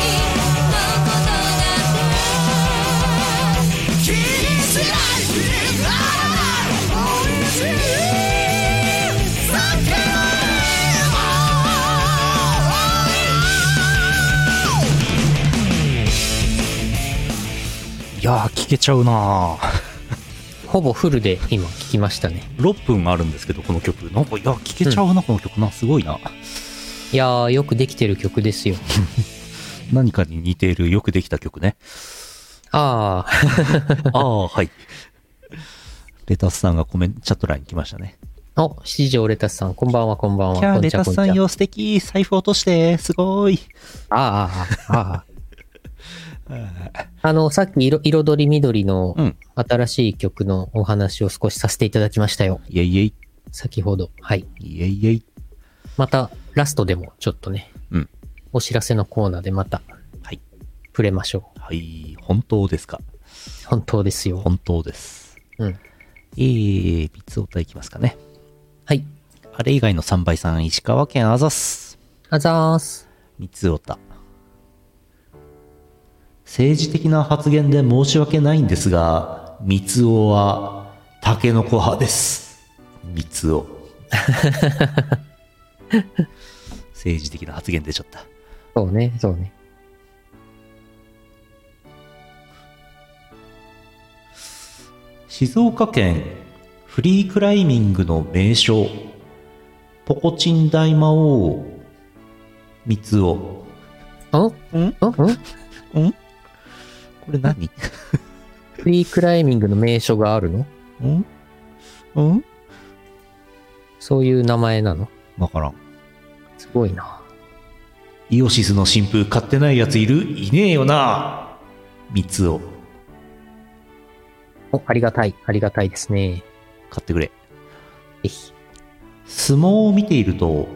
[SPEAKER 5] いのことだって
[SPEAKER 4] 気にしないビールおいしい酒
[SPEAKER 2] いやー、聞けちゃうなぁ。
[SPEAKER 1] ほぼフルで今聞きましたね。
[SPEAKER 2] 6分あるんですけど、この曲。なんか、いや、聞けちゃうな、この曲な。すごいな。
[SPEAKER 1] いやー、よくできてる曲ですよ。
[SPEAKER 2] 何かに似ている、よくできた曲 ね。
[SPEAKER 1] あー、
[SPEAKER 2] ああ、はい。レタスさんがコメント、チャット欄に来ましたね。
[SPEAKER 1] お、七条レタスさん、こんばんは、こんばんは。
[SPEAKER 2] キャ
[SPEAKER 1] こ
[SPEAKER 2] ー、
[SPEAKER 1] ん
[SPEAKER 2] レ
[SPEAKER 1] にちは
[SPEAKER 2] タスさん。よ、素敵財布落として、すご
[SPEAKER 1] こんに
[SPEAKER 2] い。
[SPEAKER 1] ちはあー、あー、あー。あ の、さっき色、彩り緑の
[SPEAKER 2] うん
[SPEAKER 1] 新しい曲のお話を少しさせていただきましたよ。
[SPEAKER 2] イェイイェイ。
[SPEAKER 1] 先ほど。はい。
[SPEAKER 2] イェイイェイ。
[SPEAKER 1] また、ラストでもちょっとね、
[SPEAKER 2] うん。
[SPEAKER 1] お知らせのコーナーでまた、
[SPEAKER 2] はい。
[SPEAKER 1] 触れましょ
[SPEAKER 2] はい、本当ですか。
[SPEAKER 1] う。本当ですよ。
[SPEAKER 2] 本当です。
[SPEAKER 1] うん。
[SPEAKER 2] えー、三つおたいきますかね。
[SPEAKER 1] はい。
[SPEAKER 2] あれ以外の3倍さん、石川県あざっす。
[SPEAKER 1] あざーす。
[SPEAKER 2] 三つおた。政治的な発言で申し訳ないんですが、三つおは、タケノコ派です。三つ お。政治的な発言出ちゃった。
[SPEAKER 1] そうね、そうね。
[SPEAKER 2] 静岡県フリークライミングの名所ポコチン大魔王三つおこ
[SPEAKER 1] んん
[SPEAKER 2] ん
[SPEAKER 1] んん
[SPEAKER 2] れ何
[SPEAKER 1] フリークライミングの名所があるの
[SPEAKER 2] んうん
[SPEAKER 1] そういう名前なの
[SPEAKER 2] わからん
[SPEAKER 1] すごいな。
[SPEAKER 2] イオシスの新風買ってないやついるいねえよな三つお
[SPEAKER 1] お、ありがたい。ありがたいですね。
[SPEAKER 2] 買ってくれ
[SPEAKER 1] ぜひ。
[SPEAKER 2] 相撲を見ていると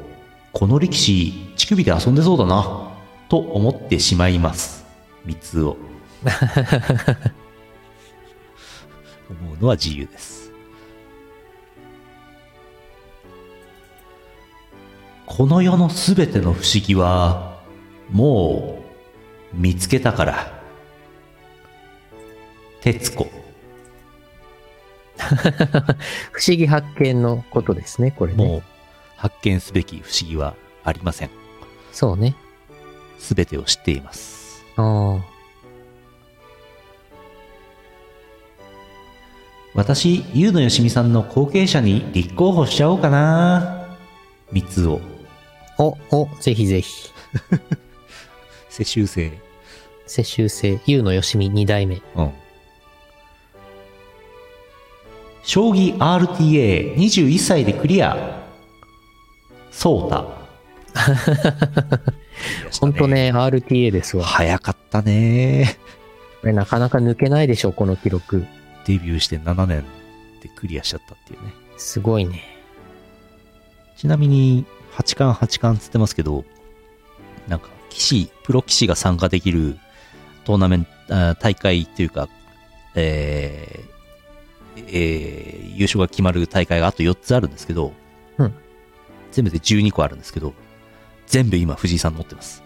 [SPEAKER 2] この力士乳首で遊んでそうだなと思ってしまいます三つお 思うのは自由ですこの世のすべての不思議はもう見つけたから徹子
[SPEAKER 1] 不思議発見のことですね、これね。
[SPEAKER 2] もう発見すべき不思議はありません
[SPEAKER 1] そうね。
[SPEAKER 2] すべてを知っています
[SPEAKER 1] あ
[SPEAKER 2] 私、ゆうのよしみさんの後継者に立候補しちゃおうかな。三つを。
[SPEAKER 1] あ。お、お、ぜひぜひ。
[SPEAKER 2] 世襲制。
[SPEAKER 1] 世襲制、ゆうのよしみ2代目。
[SPEAKER 2] うん。将棋 RTA21 歳でクリア。そうた。
[SPEAKER 1] ほんと。ね、RTA ですわ。
[SPEAKER 2] 早かったね。
[SPEAKER 1] これなかなか抜けないでしょ、この記録。
[SPEAKER 2] デビューして7年でクリアしちゃったっていうね。
[SPEAKER 1] すごいね。
[SPEAKER 2] ちなみに、八冠八冠つってますけど、なんか、棋士、プロ棋士が参加できるトーナメント、あ大会というか、えーえー優勝が決まる大会があと4つあるんですけど、
[SPEAKER 1] うん
[SPEAKER 2] 全部で12個あるんですけど、全部今藤井さん持ってます。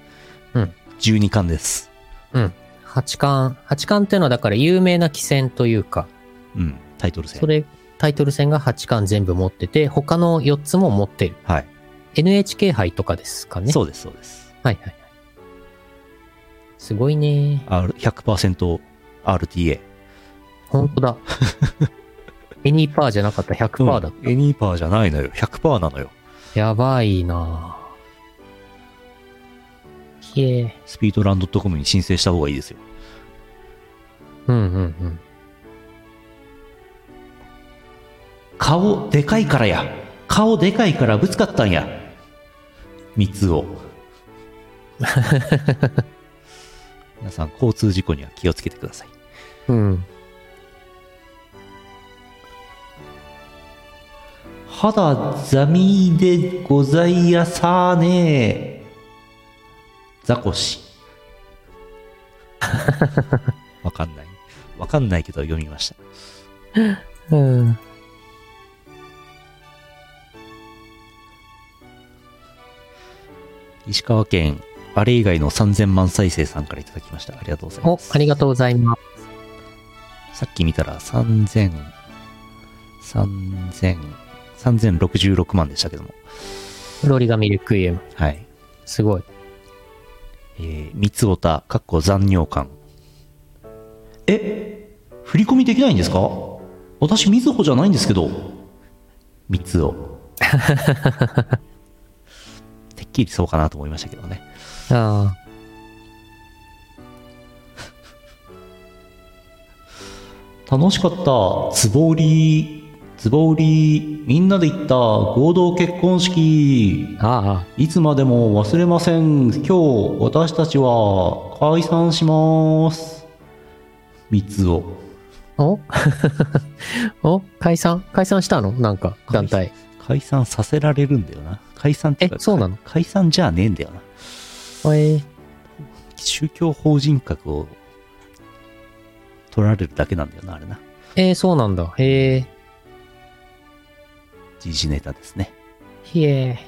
[SPEAKER 1] うん
[SPEAKER 2] 12冠です。
[SPEAKER 1] うん。八冠。八冠っていうのはだから有名な棋戦というか、
[SPEAKER 2] うん、タイトル戦
[SPEAKER 1] そ。れ、タイトル戦が八冠全部持ってて、他の4つも持ってる。
[SPEAKER 2] はい。
[SPEAKER 1] NHK 杯とかですかね。
[SPEAKER 2] そうです、そうです。
[SPEAKER 1] はいはいはい。すごいね。
[SPEAKER 2] R- 100%RTA。
[SPEAKER 1] 本当 だ。エニーパーじゃなかった、100%だった。
[SPEAKER 2] うんエニーパーじゃないのよ。100%なのよ。
[SPEAKER 1] やばいなぁ。ひえ。
[SPEAKER 2] スピードランドットコムに申請した方がいいですよ。
[SPEAKER 1] うんうんうん。
[SPEAKER 2] 顔でかいからや。顔でかいからぶつかったんや。三つを。 皆さん、交通事故には気をつけてください。
[SPEAKER 1] うん。
[SPEAKER 2] 肌ざみでございやさねえ。ザコシ。 わかんない。わかんないけど読みました。
[SPEAKER 1] うん。
[SPEAKER 2] 石川県、あれ以外の3000万再生さんからいただきました。ありがとうございま
[SPEAKER 1] お、
[SPEAKER 2] す
[SPEAKER 1] あ。りがとうございます。
[SPEAKER 2] さっき見たら3000、3000、3066万でしたけども。
[SPEAKER 1] ロリガミリクイエム。
[SPEAKER 2] はい。
[SPEAKER 1] すごい。
[SPEAKER 2] えー、三つおた、かっこ残尿感。え振り込みできないんですか私、みずほじゃないんですけど。三つ お。てっきりそうかなと思いましたけどね。
[SPEAKER 1] あ
[SPEAKER 2] 楽しかった。つぼり、つぼり、みんなで行った合同結婚式。
[SPEAKER 1] あ。ああ。
[SPEAKER 2] いつまでも忘れません。今日、私たちは解散します。三つお。
[SPEAKER 1] お お解散解散したのなんか、団体。
[SPEAKER 2] 解散させられるんだよな。解散ってか
[SPEAKER 1] えそうなの
[SPEAKER 2] 解散じゃねえんだよな。
[SPEAKER 1] えー、
[SPEAKER 2] 宗教法人格を取られるだけなんだよな、あれな。
[SPEAKER 1] えー、そうなんだ。へえ。
[SPEAKER 2] 時事ネタですね。
[SPEAKER 1] ひえ。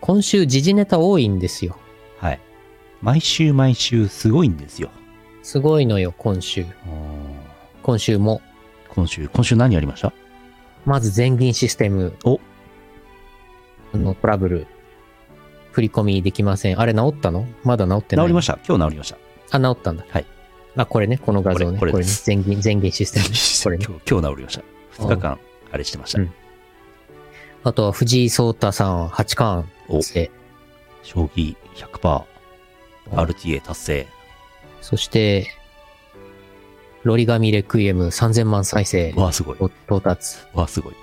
[SPEAKER 1] 今週、時事ネタ多いんですよ。
[SPEAKER 2] はい。毎週毎週すごいんですよ。
[SPEAKER 1] すごいのよ、今週。
[SPEAKER 2] うん
[SPEAKER 1] 今週も。
[SPEAKER 2] 今週、今週何やりました
[SPEAKER 1] まず全銀システム
[SPEAKER 2] お
[SPEAKER 1] のトラブル。振り込みできません。あれ治ったのまだ治ってない。
[SPEAKER 2] 治りま
[SPEAKER 1] し
[SPEAKER 2] した。今日治りました。
[SPEAKER 1] た。あ、治ったんだ。
[SPEAKER 2] はい。
[SPEAKER 1] あ、これね、この画像ね。
[SPEAKER 2] こ
[SPEAKER 1] こ
[SPEAKER 2] れ
[SPEAKER 1] れ
[SPEAKER 2] これ
[SPEAKER 1] ね
[SPEAKER 2] です。
[SPEAKER 1] 全銀、全銀シス テム。これね。
[SPEAKER 2] 今日、今日治りました。2日間、あれしてました。
[SPEAKER 1] うんあとは藤井聡太さんは八冠
[SPEAKER 2] お
[SPEAKER 1] で、
[SPEAKER 2] 将棋 100%RTA 達成。
[SPEAKER 1] そして、ロリガミレクイエム3000万再生
[SPEAKER 2] わあ、すごい。
[SPEAKER 1] 到達。
[SPEAKER 2] わあ、すごい。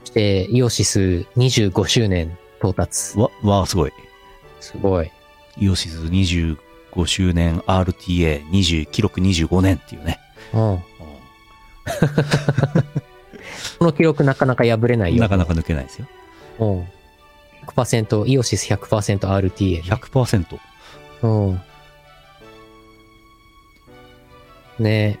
[SPEAKER 1] そして、イオシス25周年到達。
[SPEAKER 2] わ、わあ、すごい。
[SPEAKER 1] すごい。
[SPEAKER 2] イオシス25周年 RTA20 記録25年っていうね。
[SPEAKER 1] うん。この記録なかなか破れないよ。
[SPEAKER 2] なかなか抜けないですよ。
[SPEAKER 1] うん。100%、イオシス 100%RTA。
[SPEAKER 2] 100%。
[SPEAKER 1] うん。ねえ。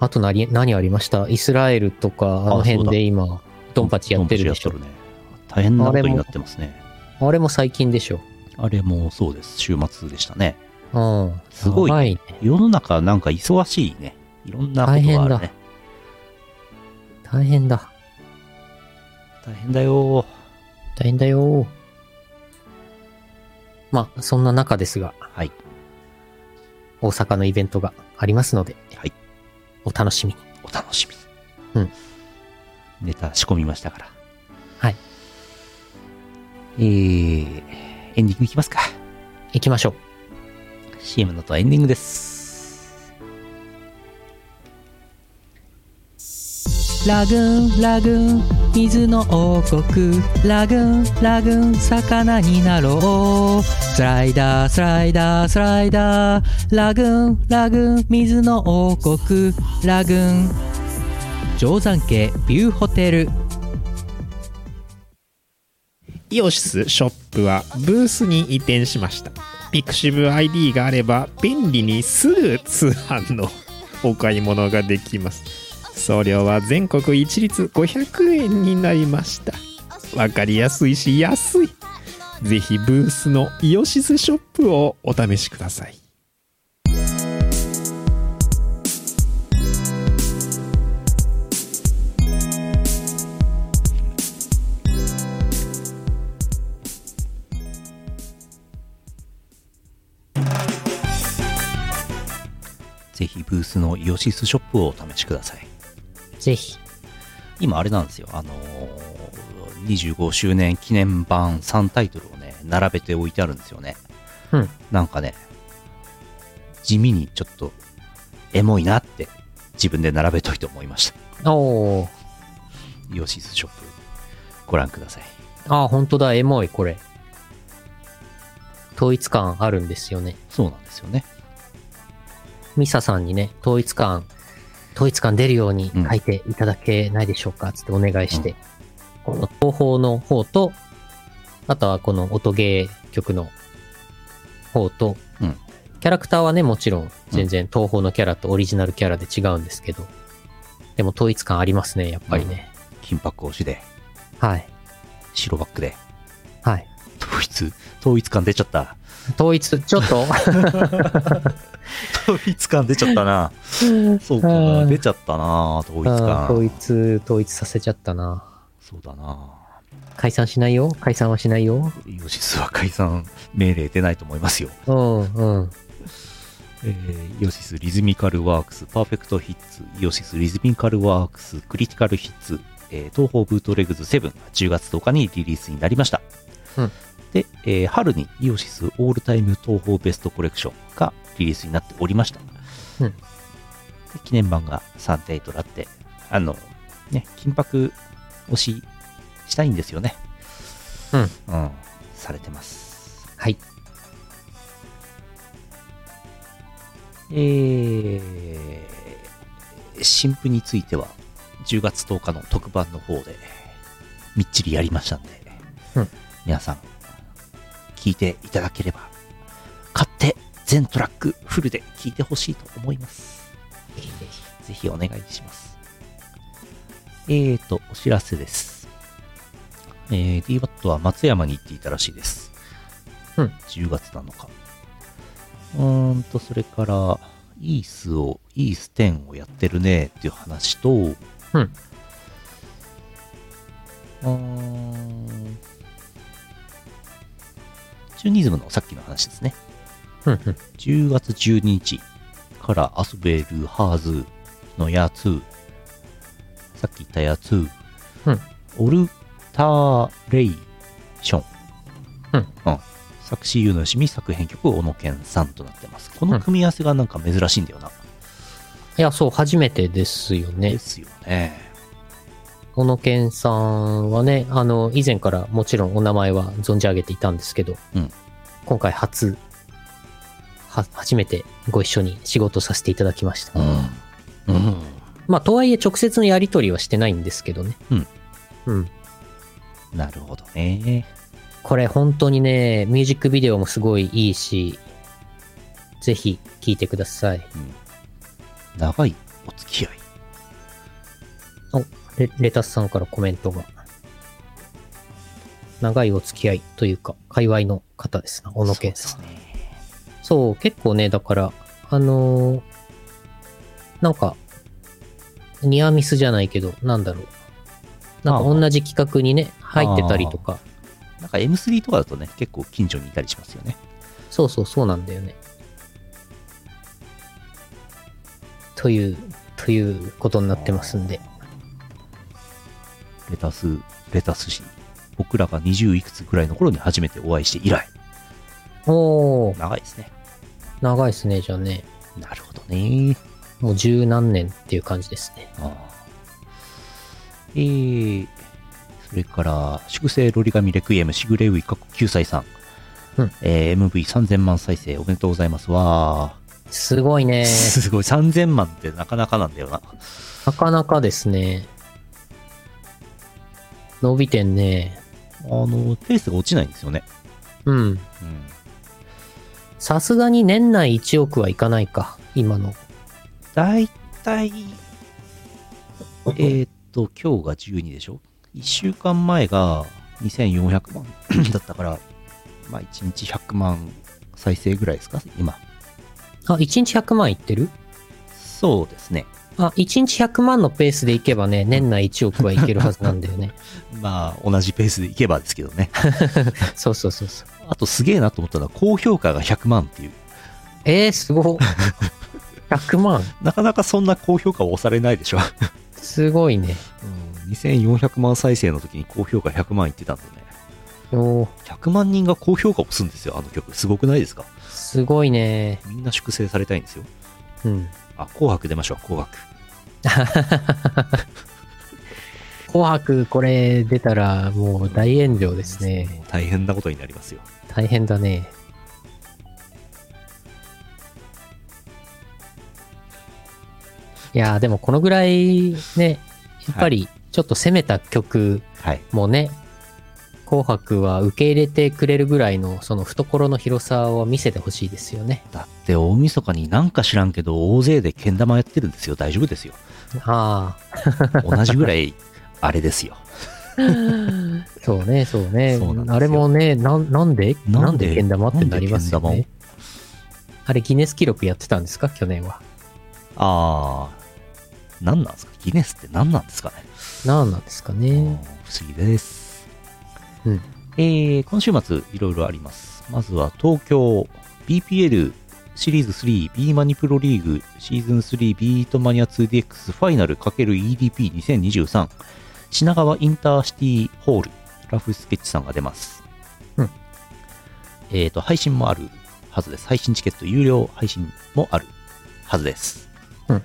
[SPEAKER 1] あと何、何ありましたイスラエルとか、あの
[SPEAKER 2] そう
[SPEAKER 1] 辺
[SPEAKER 2] だ
[SPEAKER 1] で今、ドンパチやってるでしょ
[SPEAKER 2] ドン。パチやっとるね。大変なことになってますね。
[SPEAKER 1] あれも最近でしょ。
[SPEAKER 2] あれもそうです。週末でしたね。
[SPEAKER 1] うん。
[SPEAKER 2] すごい
[SPEAKER 1] やばね。
[SPEAKER 2] 世の中なんか忙しいね。いろんなことがあるね。
[SPEAKER 1] 大変だ。
[SPEAKER 2] 大変だよ。
[SPEAKER 1] 大変だよ。まあ、そんな中ですが、
[SPEAKER 2] はい。
[SPEAKER 1] 大阪のイベントがありますので、
[SPEAKER 2] はい。
[SPEAKER 1] お楽しみに。
[SPEAKER 2] お楽しみ。
[SPEAKER 1] うん。
[SPEAKER 2] ネタ仕込みましたから。
[SPEAKER 1] はい。
[SPEAKER 2] えー、エンディングいきますか。
[SPEAKER 1] 行きましょう。
[SPEAKER 2] CM の後はエンディングです。
[SPEAKER 3] ラグーンラグーン水の王国ラグーンラグーン魚になろうスライダースライダースライダーラグーンラグーン水の王国ラグーン定山家ビューホテル
[SPEAKER 6] イオシスショップはブースに移転しました。ピクシブ ID があれば便利にすぐ通販のお買い物ができます。送料は全国一律500円になりました。わかりやすいし安い。ぜひブースのイオシスショップをお試しください。
[SPEAKER 2] ぜひブースのヨシスショップをお試しください。
[SPEAKER 1] ぜひ。
[SPEAKER 2] 今あれなんですよ、あのー25周年記念版3タイトルをね、並べて置いてあるんですよね。
[SPEAKER 1] うん
[SPEAKER 2] なんかね、地味にちょっとエモいなって自分で並べといて思いました。
[SPEAKER 1] おー。
[SPEAKER 2] ヨシスショップ、ご覧ください。
[SPEAKER 1] あー、ほんとだ、エモい、これ。統一感あるんですよね。
[SPEAKER 2] そうなんですよね。
[SPEAKER 1] ミサさんにね、統一感、統一感出るように書いていただけないでしょうか、つってお願いして、この東方の方と、あとはこの音ゲー曲の方と、
[SPEAKER 2] うん
[SPEAKER 1] キャラクターはね、もちろん全然東方のキャラとオリジナルキャラで違うんですけど、でも統一感ありますね、やっぱりね。
[SPEAKER 2] 金箔押しで、
[SPEAKER 1] はい。
[SPEAKER 2] 白バックで、
[SPEAKER 1] はい。
[SPEAKER 2] 統一、統一感出ちゃった。
[SPEAKER 1] 統一、ちょっと、
[SPEAKER 2] 統一感出ちゃったな。 そうか
[SPEAKER 1] う
[SPEAKER 2] な、
[SPEAKER 1] ん
[SPEAKER 2] 出ちゃったな、統一
[SPEAKER 1] あー
[SPEAKER 2] 感。
[SPEAKER 1] 統一、統一させちゃったな。
[SPEAKER 2] そうだな。
[SPEAKER 1] 解散しないよ解散はしないよ
[SPEAKER 2] ヨシスは解散命令出ないと思いますよ。
[SPEAKER 1] うん、うん。
[SPEAKER 2] えーヨシスリズミカルワークス、パーフェクトヒッツ、ヨシスリズミカルワークス、クリティカルヒッツ、えー東方ブートレグズ7、10月10日にリリースになりました。
[SPEAKER 1] うん
[SPEAKER 2] で、えー春にヨシスオールタイム東方ベストコレクションがリリースになっておりました。
[SPEAKER 1] うん
[SPEAKER 2] で記念版が3体となって、あの、ね、金箔押ししたいんですよね。
[SPEAKER 1] うん
[SPEAKER 2] うん、されてます。
[SPEAKER 1] はい。
[SPEAKER 2] えー、新譜については、10月10日の特番の方で、みっちりやりましたんで、
[SPEAKER 1] うん
[SPEAKER 2] 皆さん、聞いていただければ、買って、全トラックフルで聞いてほしいと思います。ぜひお願いします。えーと、お知らせです。えー、DWAT は松山に行っていたらしいです。
[SPEAKER 1] うん
[SPEAKER 2] 10月7日。うーんと、それから、イースを、イース10をやってるねっていう話と、うん。うーん。チューニズムのさっきの話ですね。
[SPEAKER 1] うん、うん。
[SPEAKER 2] 10月12日から遊べるはずのやつ。さっき言ったやつ。
[SPEAKER 1] うん
[SPEAKER 2] オルタレーション。
[SPEAKER 1] うん
[SPEAKER 2] 作詞優のよしみ、作編曲小野健さんとなってます。この組み合わせがなんか珍しいんだよな。
[SPEAKER 1] いや、そう、初めてですよ
[SPEAKER 2] で
[SPEAKER 1] ね。
[SPEAKER 2] すよね。
[SPEAKER 1] 小野健さんはね、あの、以前からもちろんお名前は存じ上げていたんですけど、
[SPEAKER 2] うん
[SPEAKER 1] 今回初、は、初めてご一緒に仕事させていただきました。
[SPEAKER 2] うん。うん。
[SPEAKER 1] まあ、とはいえ直接のやりとりはしてないんですけどね。
[SPEAKER 2] うん。
[SPEAKER 1] うん。
[SPEAKER 2] なるほどね。
[SPEAKER 1] これ本当にね、ミュージックビデオもすごいいいし、ぜひ聴いてください。
[SPEAKER 2] 長いお付き合い。
[SPEAKER 1] レレタスさんからコメントが。長いお付き合いというか、界隈の方ですな、小野健さん。
[SPEAKER 2] そうですね。
[SPEAKER 1] そう、結構ね、だから、あのーなんか、ニアミスじゃないけど、なんだろう。なんか同じ企画にね、入ってたりとか、
[SPEAKER 2] なんか M3 とかだとね、結構近所にいたりしますよね。
[SPEAKER 1] そうそうそうなんだよね。という、ということになってますんで。
[SPEAKER 2] レタス、レタス氏。僕らが20いくつぐらいの頃に初めてお会いして以来。
[SPEAKER 1] おー、
[SPEAKER 2] 長いですね。
[SPEAKER 1] 長いですね、じゃあね。
[SPEAKER 2] なるほどね。
[SPEAKER 1] もう十何年っていう感じですね。
[SPEAKER 2] ああえー、それから、粛清ロリガミレクイエム、シグレウイ、過去9歳さん。
[SPEAKER 1] うん
[SPEAKER 2] えー MV3000 万再生おめでとうございます。わ
[SPEAKER 1] すごいね
[SPEAKER 2] ー。。すごい。3000万ってなかなかなんだよな。
[SPEAKER 1] なかなかですね。伸びてんね。
[SPEAKER 2] あの、ペースが落ちないんですよね。
[SPEAKER 1] うん。
[SPEAKER 2] うん。
[SPEAKER 1] さすがに年内1億はいかないか。今の。
[SPEAKER 2] だいたい、えーっと、今日が12でしょ ?1 週間前が2400万だったから、まあ1日100万再生ぐらいですか今。
[SPEAKER 1] あ、1日100万いってる
[SPEAKER 2] そうですね。
[SPEAKER 1] あ、1日100万のペースでいけばね、年内1億はいけるはずなんだよ ね。
[SPEAKER 2] まあ同じペースでいけばですけどね。
[SPEAKER 1] そうそうそうそう。
[SPEAKER 2] あとすげえなと思ったのは高評価が100万っていう。
[SPEAKER 1] えー、すごっ。 100万
[SPEAKER 2] なかなかそんな高評価は押されないでしょ。
[SPEAKER 1] すごいね。
[SPEAKER 2] うん、2400万再生の時に高評価100万いってたんでね。
[SPEAKER 1] おー
[SPEAKER 2] 100万人が高評価をするんですよ、あの曲。すごくないですか
[SPEAKER 1] すごいね。
[SPEAKER 2] みんな粛清されたいんですよ。
[SPEAKER 1] うん。
[SPEAKER 2] あ、紅白出ましょう、紅白。
[SPEAKER 1] 紅白これ出たらもう大炎上ですね。
[SPEAKER 2] もう大変なことになりますよ。
[SPEAKER 1] 大変だね。いやーでもこのぐらいね、やっぱりちょっと攻めた曲
[SPEAKER 2] はい。
[SPEAKER 1] もね、紅白は受け入れてくれるぐらいのその懐の広さを見せてほしいですよね。
[SPEAKER 2] だって大晦日になんか知らんけど、大勢でけん玉やってるんですよ。大丈夫ですよ。
[SPEAKER 1] あ
[SPEAKER 2] 同じぐ らい、あれですよ。
[SPEAKER 1] あ、そうね、そうね。
[SPEAKER 2] そうなんですよ
[SPEAKER 1] あれもね、なんなんで
[SPEAKER 2] なん
[SPEAKER 1] なん
[SPEAKER 2] で
[SPEAKER 1] でけん玉ってなりますよ
[SPEAKER 2] なんで
[SPEAKER 1] ね。あれギネス記録やってたんですか去年は。
[SPEAKER 2] あー、何なんですかギネスって何なんですかね、
[SPEAKER 1] なんなんですか
[SPEAKER 2] うん
[SPEAKER 1] ね。
[SPEAKER 2] 不思議です。
[SPEAKER 1] うん
[SPEAKER 2] えー今週末、いろいろあります。まずは東京 BPL シリーズ 3B マニプロリーグシーズン 3B ビートマニア 2DX ファイナル ×EDP2023 品川インターシティホールラフスケッチさんが出ます。
[SPEAKER 1] うん
[SPEAKER 2] えっ、と、配信もあるはずです。配信チケット有料配信もあるはずです。
[SPEAKER 1] うん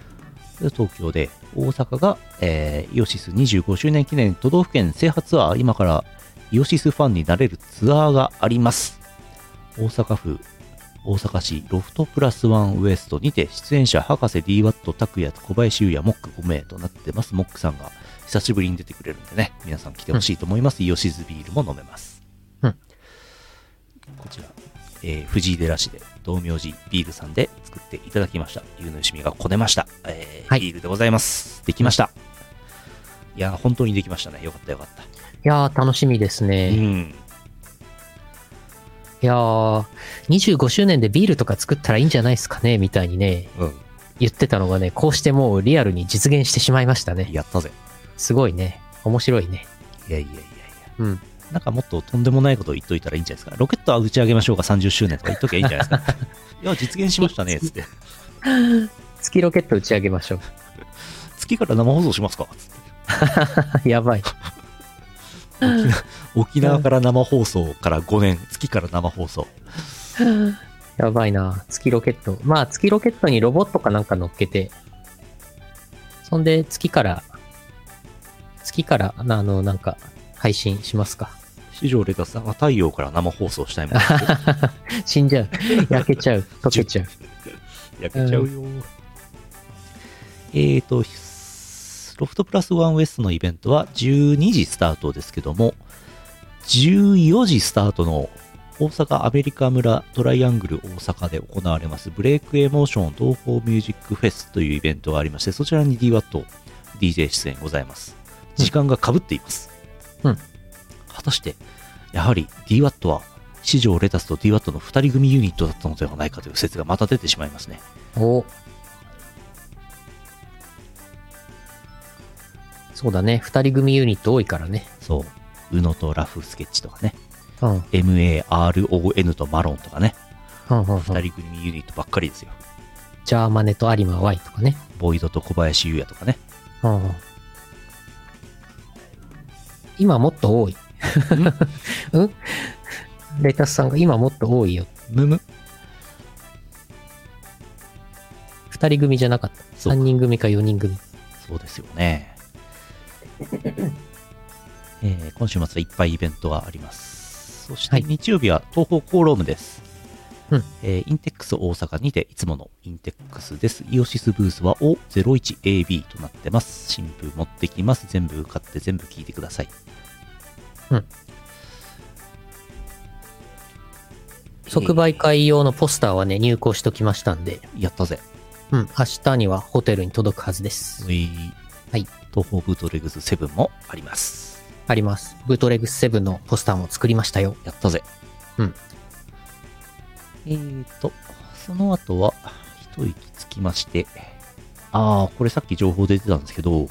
[SPEAKER 2] で東京で、大阪が、えーイオシス25周年記念都道府県制覇ツアー、今からイオシスファンになれるツアーがあります。大阪府、大阪市ロフトプラスワンウエストにて出演者博士 DWAT 拓也と小林優也モック5名となってます。モックさんが久しぶりに出てくれるんでね、皆さん来てほしいと思います。イオシスビールも飲めます。
[SPEAKER 1] うん
[SPEAKER 2] こちら、えー藤井寺市で道明寺ビールさんで作っていただきました。湯のよしみがこねました。えー
[SPEAKER 1] はい
[SPEAKER 2] ビールでございます。できました。いやー、本当にできましたね。よかったよかった。
[SPEAKER 1] いやー楽しみですね。
[SPEAKER 2] うん。
[SPEAKER 1] いやー、25周年でビールとか作ったらいいんじゃないですかね、みたいにね、
[SPEAKER 2] うん。
[SPEAKER 1] 言ってたのがね、こうしてもうリアルに実現してしまいましたね。
[SPEAKER 2] やったぜ。
[SPEAKER 1] すごいね。面白いね。
[SPEAKER 2] いやいやいやいや。
[SPEAKER 1] うん。
[SPEAKER 2] なんかもっととんでもないことを言っといたらいいんじゃないですか。ロケットは打ち上げましょうか30周年とか言っときゃいいんじゃな いですか。いや、実現しましたね、つって。
[SPEAKER 1] 月ロケット打ち上げましょ
[SPEAKER 2] 月から生放送しますか、つっ
[SPEAKER 1] う。
[SPEAKER 2] て。
[SPEAKER 1] やばい。
[SPEAKER 2] 沖縄から生放送から5年、月から生放送。
[SPEAKER 1] やばいな。月ロケット。まあ、月ロケットにロボットかなんか乗っけて、そんで月から、月から、あの、なんか、配信しますか。
[SPEAKER 2] 四条レタスさんは太陽から生放送したいもんですよ。
[SPEAKER 1] 死んじゃう。焼けちゃう。溶けちゃう。
[SPEAKER 2] 焼けちゃうよ。えっ、ー、と、ロフトプラスワンウエストのイベントは12時スタートですけども、14時スタートの大阪アメリカ村トライアングル大阪で行われますブレイクエモーション東方ミュージックフェスというイベントがありまして、そちらに DWAT DJ 出演ございます。時間がかぶっています。
[SPEAKER 1] うん
[SPEAKER 2] 果たして、やはり DWAT は四条レタスと DWAT の2人組ユニットだったのではないかという説がまた出てしまいますね。
[SPEAKER 1] おそうだね。二人組ユニット多いからね。
[SPEAKER 2] そう。宇野とラフスケッチとかね。
[SPEAKER 1] うん。うん、
[SPEAKER 2] MARON とマロンとかね。
[SPEAKER 1] うん、うん。
[SPEAKER 2] 二人組ユニットばっかりですよ。
[SPEAKER 1] ジャーマネと有馬 Y とかね。
[SPEAKER 2] ボイドと小林優也とかね。
[SPEAKER 1] うん、うん。今もっと多い。 うんレタスさんが今もっと多いよ。
[SPEAKER 2] むむ。
[SPEAKER 1] 二人組じゃなかった。
[SPEAKER 2] そう
[SPEAKER 1] 三人組か四人組。
[SPEAKER 2] そうですよね。 えー今週末はいっぱいイベントがあります。そし
[SPEAKER 1] は
[SPEAKER 2] て
[SPEAKER 1] い
[SPEAKER 2] 日曜日は東方コーロームです。
[SPEAKER 1] うん
[SPEAKER 2] えーインテックス大阪にていつものインテックスです。イオシスブースは O01AB となってます。新聞持ってきます。全部買って全部聞いてください。
[SPEAKER 1] うん即売会用のポスターはね、入稿しときましたんで、
[SPEAKER 2] えーやったぜ。
[SPEAKER 1] うん、明日にはホテルに届くはずです。
[SPEAKER 2] うい
[SPEAKER 1] はい
[SPEAKER 2] 東方ブートレグズ7もあります。
[SPEAKER 1] あります。ブートレグス7のポスターも作りましたよ。
[SPEAKER 2] やったぜ。
[SPEAKER 1] うん。
[SPEAKER 2] えーと、その後は、一息つきまして、あー、これさっき情報出てたんですけど、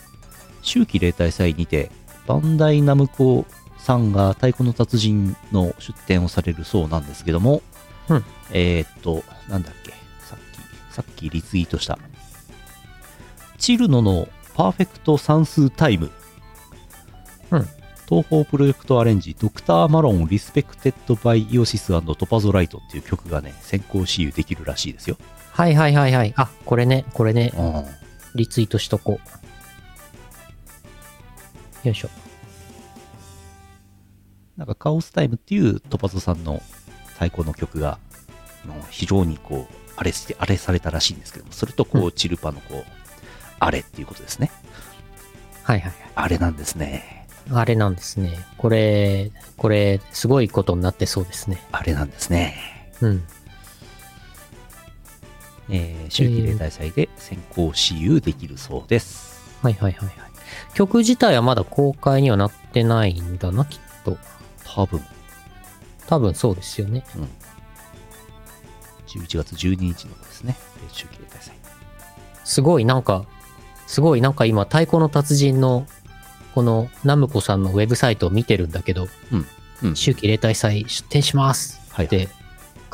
[SPEAKER 2] 秋季例大祭にて、バンダイナムコさんが太鼓の達人の出展をされるそうなんですけども、
[SPEAKER 1] うん
[SPEAKER 2] えーっと、なんだっけ、さっき、さっきリツイートした。チルノのパーフェクト算数タイム。
[SPEAKER 1] うん。
[SPEAKER 2] 東方プロジェクトアレンジ、ドクターマロンリスペクテッドバイイオシストパゾライトっていう曲がね、先行私有できるらしいですよ。
[SPEAKER 1] はいはいはいはい。あ、これね、これね、リツイートしとこう。よいしょ。
[SPEAKER 2] なんかカオスタイムっていうトパゾさんの最高の曲が、あの非常にこう、あれして、あれされたらしいんですけども、それとこう、チルパのこう、あれっていうことですね。
[SPEAKER 1] はいはいはい。
[SPEAKER 2] あれなんですね。
[SPEAKER 1] あれなんですね。これ、これ、すごいことになってそうですね。
[SPEAKER 2] あれなんですね。
[SPEAKER 1] うん。
[SPEAKER 2] えー、秋季例大祭で先行私有できるそうです。
[SPEAKER 1] はいはいはいはい。曲自体はまだ公開にはなってないんだな、きっと。
[SPEAKER 2] 多分、
[SPEAKER 1] 多分そうですよね。
[SPEAKER 2] 11月12日のですね、えー秋季例大祭。
[SPEAKER 1] すごいなんか、すごいなんか今、太鼓の達人の、このナムコさんのウェブサイトを見てるんだけど、
[SPEAKER 2] うんうん
[SPEAKER 1] 秋季例大祭出展します
[SPEAKER 2] はい
[SPEAKER 1] っ。て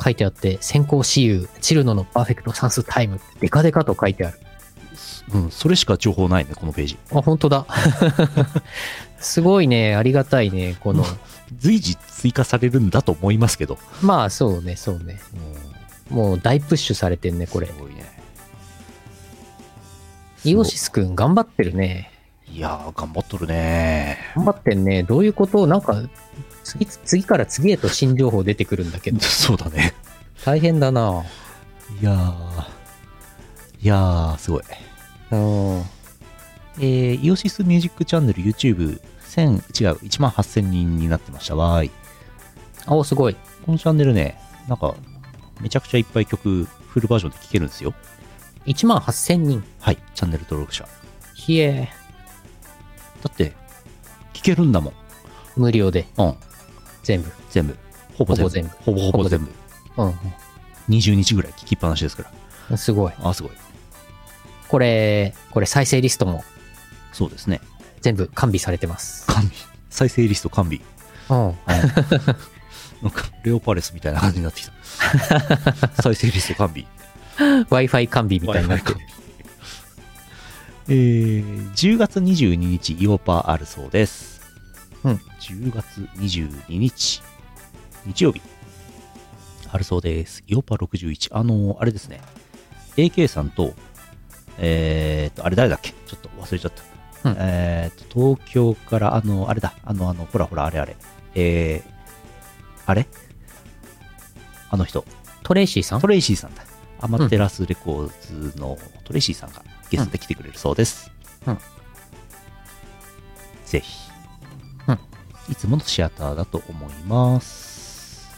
[SPEAKER 1] 書いてあって、先行私有、チルノのパーフェクト算数タイムってデカデカと書いてある。
[SPEAKER 2] うん、それしか情報ないね、このページ。
[SPEAKER 1] あ、本当だ。 すごいね、ありがたいね、こ の。
[SPEAKER 2] 随時追加されるんだと思いますけど。
[SPEAKER 1] まあ、そうね、そうね。もう大プッシュされてんね、これ
[SPEAKER 2] す。ごいね。
[SPEAKER 1] イオシスくん頑張ってるね。
[SPEAKER 2] いやー、頑張っとるね、
[SPEAKER 1] 頑張ってんね。どういうことを、なんか、次、次から次へと新情報出てくるんだけど
[SPEAKER 2] そうだね。
[SPEAKER 1] 大変だない
[SPEAKER 2] やー、いやー、すごい。
[SPEAKER 1] うん。は
[SPEAKER 2] えー、イオシスミュージックチャンネル YouTube、1000、違う、1万8000人になってました。わーい。
[SPEAKER 1] お、すごい。
[SPEAKER 2] このチャンネルね、なんか、めちゃくちゃいっぱい曲、フルバージョンで聴けるんですよ。
[SPEAKER 1] 1万8000人。
[SPEAKER 2] はい、チャンネル登録者。
[SPEAKER 1] ひえ。
[SPEAKER 2] だって、聴けるんだもん。
[SPEAKER 1] 無料で、
[SPEAKER 2] うん、
[SPEAKER 1] 全部。
[SPEAKER 2] 全部。ほぼ全部。ほぼほぼ全部。
[SPEAKER 1] う
[SPEAKER 2] 20日ぐらい聴きっぱなしですから。
[SPEAKER 1] ん。すごい。
[SPEAKER 2] あー、すごい。
[SPEAKER 1] これ、これ再生リストも
[SPEAKER 2] そうですね。
[SPEAKER 1] 全部完備されてます。
[SPEAKER 2] 完備。再生リスト完備。
[SPEAKER 1] うん。
[SPEAKER 2] なんか、レオパレスみたいな感じになってき た。再生リスト完備。
[SPEAKER 1] Wi-Fi 完備みたいになってる。
[SPEAKER 2] えー、10月22日、イオパあるそうです。
[SPEAKER 1] うん。
[SPEAKER 2] 10月22日、日曜日、あるそうです。イオパ61。あのーあれですね。AK さんと、えーっと、あれ誰だっけちょっと忘れちゃった。
[SPEAKER 1] うん
[SPEAKER 2] えーっと、東京から、あの、あれだ、あの、あの、ほらほら、あれあれ。えー、あれあの人。
[SPEAKER 1] トレイシーさん
[SPEAKER 2] トレイシーさんだ。アマテラスレコーズのトレイシーさんがゲストで来てくれるそうです。
[SPEAKER 1] うん
[SPEAKER 2] ぜひ。
[SPEAKER 1] うん
[SPEAKER 2] いつものシアターだと思います。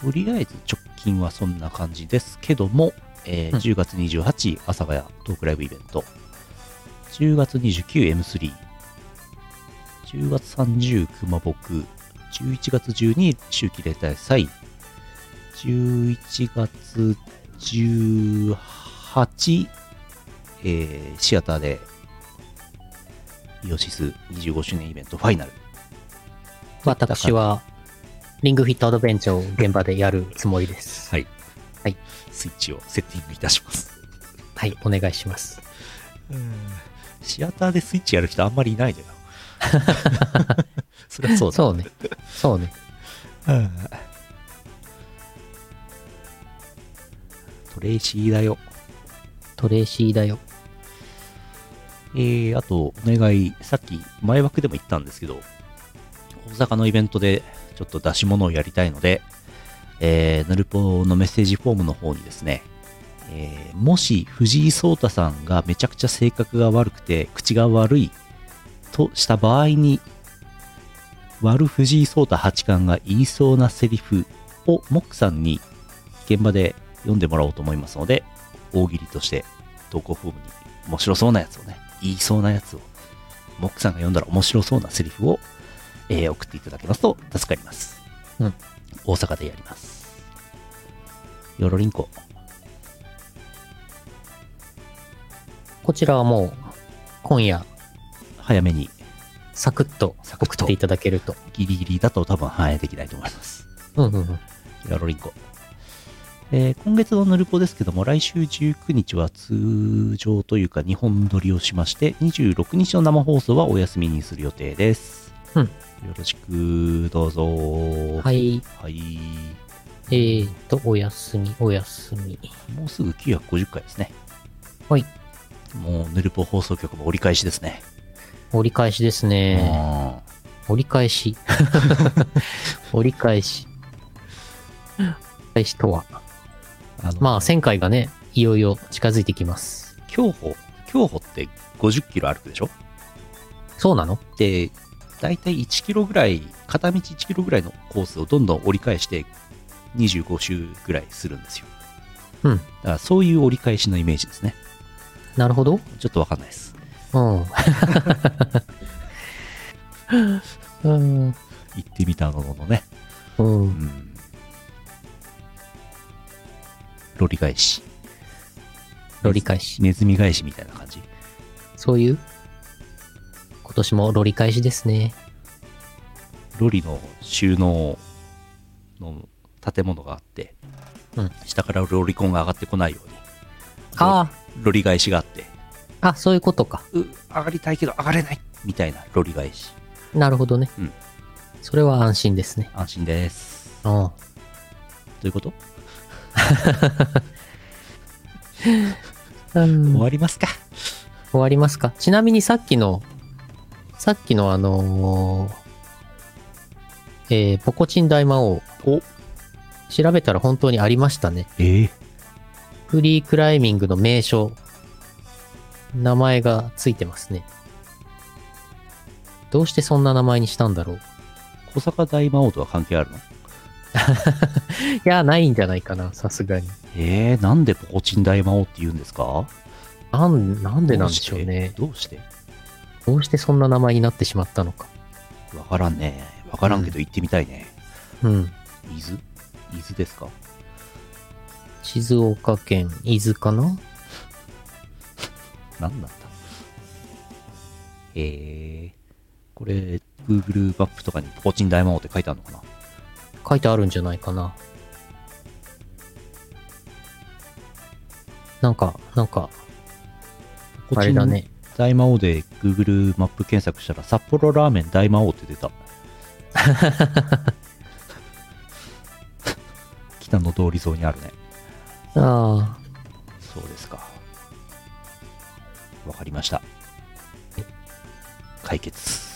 [SPEAKER 2] とりあえず直近はそんな感じですけども、えー
[SPEAKER 1] うん
[SPEAKER 2] 10月28日、阿佐ヶ谷トークライブイベント。10月29、M3。10月30、熊僕。11月12、秋季例大祭。11月18、えーシアターで、イオシス25周年イベントファイナル。
[SPEAKER 1] 私は、リングフィットアドベンチャーを現場でやるつもりです。
[SPEAKER 2] はい。
[SPEAKER 1] はい。
[SPEAKER 2] スイッチをセッティングいたします。
[SPEAKER 1] はい、お願いします。
[SPEAKER 2] シアターでスイッチやる人あんまりい ないだよ。それはそうだ。
[SPEAKER 1] そうね。そうね。
[SPEAKER 2] うんトレイシーだよ。
[SPEAKER 1] トレイシーだよ。
[SPEAKER 2] えー、あと、お願い、さっき前枠でも言ったんですけど、大阪のイベントでちょっと出し物をやりたいので、えー、ヌルポのメッセージフォームの方にですね、えーもし藤井聡太さんがめちゃくちゃ性格が悪くて、口が悪いとした場合に、悪藤井聡太八冠が言いそうなセリフをモックさんに現場で読んでもらおうと思いますので、大喜利として投稿フォームに面白そうなやつをね、言いそうなやつを、モックさんが読んだら面白そうなセリフを、えー送っていただけますと助かります。
[SPEAKER 1] うん
[SPEAKER 2] 大阪でやります。よろりんこ。
[SPEAKER 1] こちらはもう、今夜、
[SPEAKER 2] 早めに、
[SPEAKER 1] サクッと
[SPEAKER 2] サクッ
[SPEAKER 1] 送
[SPEAKER 2] と
[SPEAKER 1] っていただけると。
[SPEAKER 2] ギリギリだと多分反映できないと思います。
[SPEAKER 1] うんうんうん。
[SPEAKER 2] よろりんこ。えー今月はぬるこですけども、来週19日は通常というか2本撮りをしまして、26日の生放送はお休みにする予定です。
[SPEAKER 1] うん
[SPEAKER 2] よろしく、どうぞ。。
[SPEAKER 1] はいい。
[SPEAKER 2] はい。
[SPEAKER 1] えーと、おやすみ、おやすみ。
[SPEAKER 2] もうすぐ950回ですね。
[SPEAKER 1] はい。
[SPEAKER 2] もうぬるぽ放送局も折り返しですね。
[SPEAKER 1] 折り返しですね。
[SPEAKER 2] うん
[SPEAKER 1] 折り返 し。折り返し。折り返しとは。
[SPEAKER 2] あの、
[SPEAKER 1] まあ、1000回がね、いよいよ近づいてきます。
[SPEAKER 2] 競歩、競歩って50キロ歩くでしょ
[SPEAKER 1] そうなの
[SPEAKER 2] で、大体1キロぐらい、片道1キロぐらいのコースをどんどん折り返して、25周ぐらいするんですよ。
[SPEAKER 1] うん。
[SPEAKER 2] だからそういう折り返しのイメージですね。
[SPEAKER 1] なるほど。
[SPEAKER 2] ちょっとわかんないです。
[SPEAKER 1] うん。うん。
[SPEAKER 2] 行ってみたもののね。
[SPEAKER 1] う。
[SPEAKER 2] うんん。ロリ返し。
[SPEAKER 1] ロリ返し。
[SPEAKER 2] ネズミ返しみたいな感じ。
[SPEAKER 1] そういう今年もロリ返しですね。
[SPEAKER 2] ロリの収納の建物があって、
[SPEAKER 1] うん
[SPEAKER 2] 下からロリコンが上がってこないように、
[SPEAKER 1] あ
[SPEAKER 2] ロリ返しがあって、
[SPEAKER 1] あ、あ、そういうことか。
[SPEAKER 2] う、上がりたいけど上がれないみたいなロリ返し。
[SPEAKER 1] なるほどね。
[SPEAKER 2] うん
[SPEAKER 1] それは安心ですね。
[SPEAKER 2] 安心です。
[SPEAKER 1] うん。
[SPEAKER 2] どういうこと、
[SPEAKER 1] 終
[SPEAKER 2] 終
[SPEAKER 1] わ
[SPEAKER 2] わりますか。
[SPEAKER 1] 終わりますか。ちなみにさっきの、さっきのあのーえー、ポコチン大魔王。
[SPEAKER 2] お
[SPEAKER 1] 調べたら本当にありましたね。
[SPEAKER 2] ええ
[SPEAKER 1] フリークライミングの名称。名前がついてますね。どうしてそんな名前にしたんだろう。
[SPEAKER 2] 小坂大魔王とは関係あるの
[SPEAKER 1] いや、ないんじゃないかな、さすがに。
[SPEAKER 2] ええなんでポコチン大魔王って言うんですか
[SPEAKER 1] なん、なんでなんで
[SPEAKER 2] ど
[SPEAKER 1] しょうね。
[SPEAKER 2] どうして
[SPEAKER 1] どうしてそんな名前になってしまったのか。
[SPEAKER 2] わからんね。わからんけど行ってみたいね。
[SPEAKER 1] うん。
[SPEAKER 2] 伊豆伊豆ですか
[SPEAKER 1] 静岡県伊豆かな
[SPEAKER 2] 何なんだええこれ、Google マップとかにポコチン大魔王って書いてあるのかな
[SPEAKER 1] 書いてあるんじゃないかな。なんか、なんか、
[SPEAKER 2] ポコ
[SPEAKER 1] あ
[SPEAKER 2] チ
[SPEAKER 1] れ
[SPEAKER 2] ン
[SPEAKER 1] だね。
[SPEAKER 2] 大魔王で Google マップ検索したら札幌ラーメン大魔王っ て出た北の通り沿いにあるね
[SPEAKER 1] ああ、
[SPEAKER 2] そうですかわかりました解決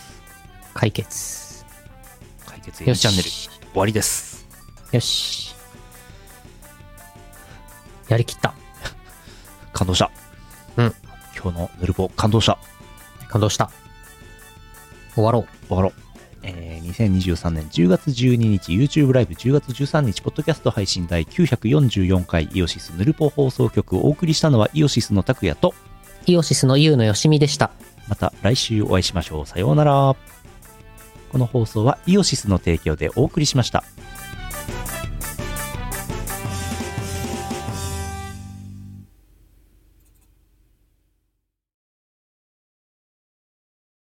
[SPEAKER 1] 解決。
[SPEAKER 2] 解決
[SPEAKER 1] よ
[SPEAKER 2] A
[SPEAKER 1] し。
[SPEAKER 2] チャンネル終わりです
[SPEAKER 1] よし。やりきった。
[SPEAKER 2] 感動した
[SPEAKER 1] うん
[SPEAKER 2] 今日のヌルボ感動した
[SPEAKER 1] 感動した。終わろう。
[SPEAKER 2] 終わろう。えー2023年10月12日 YouTube ライブ10月13日ポッドキャスト配信第944回イオシスヌルポ放送局をお送りしたのはイオシスの拓也と
[SPEAKER 1] イオシスのユウのよしみでした。
[SPEAKER 2] また来週お会いしましょうさようならこの放送はイオシスの提供でお送りしました
[SPEAKER 5] 「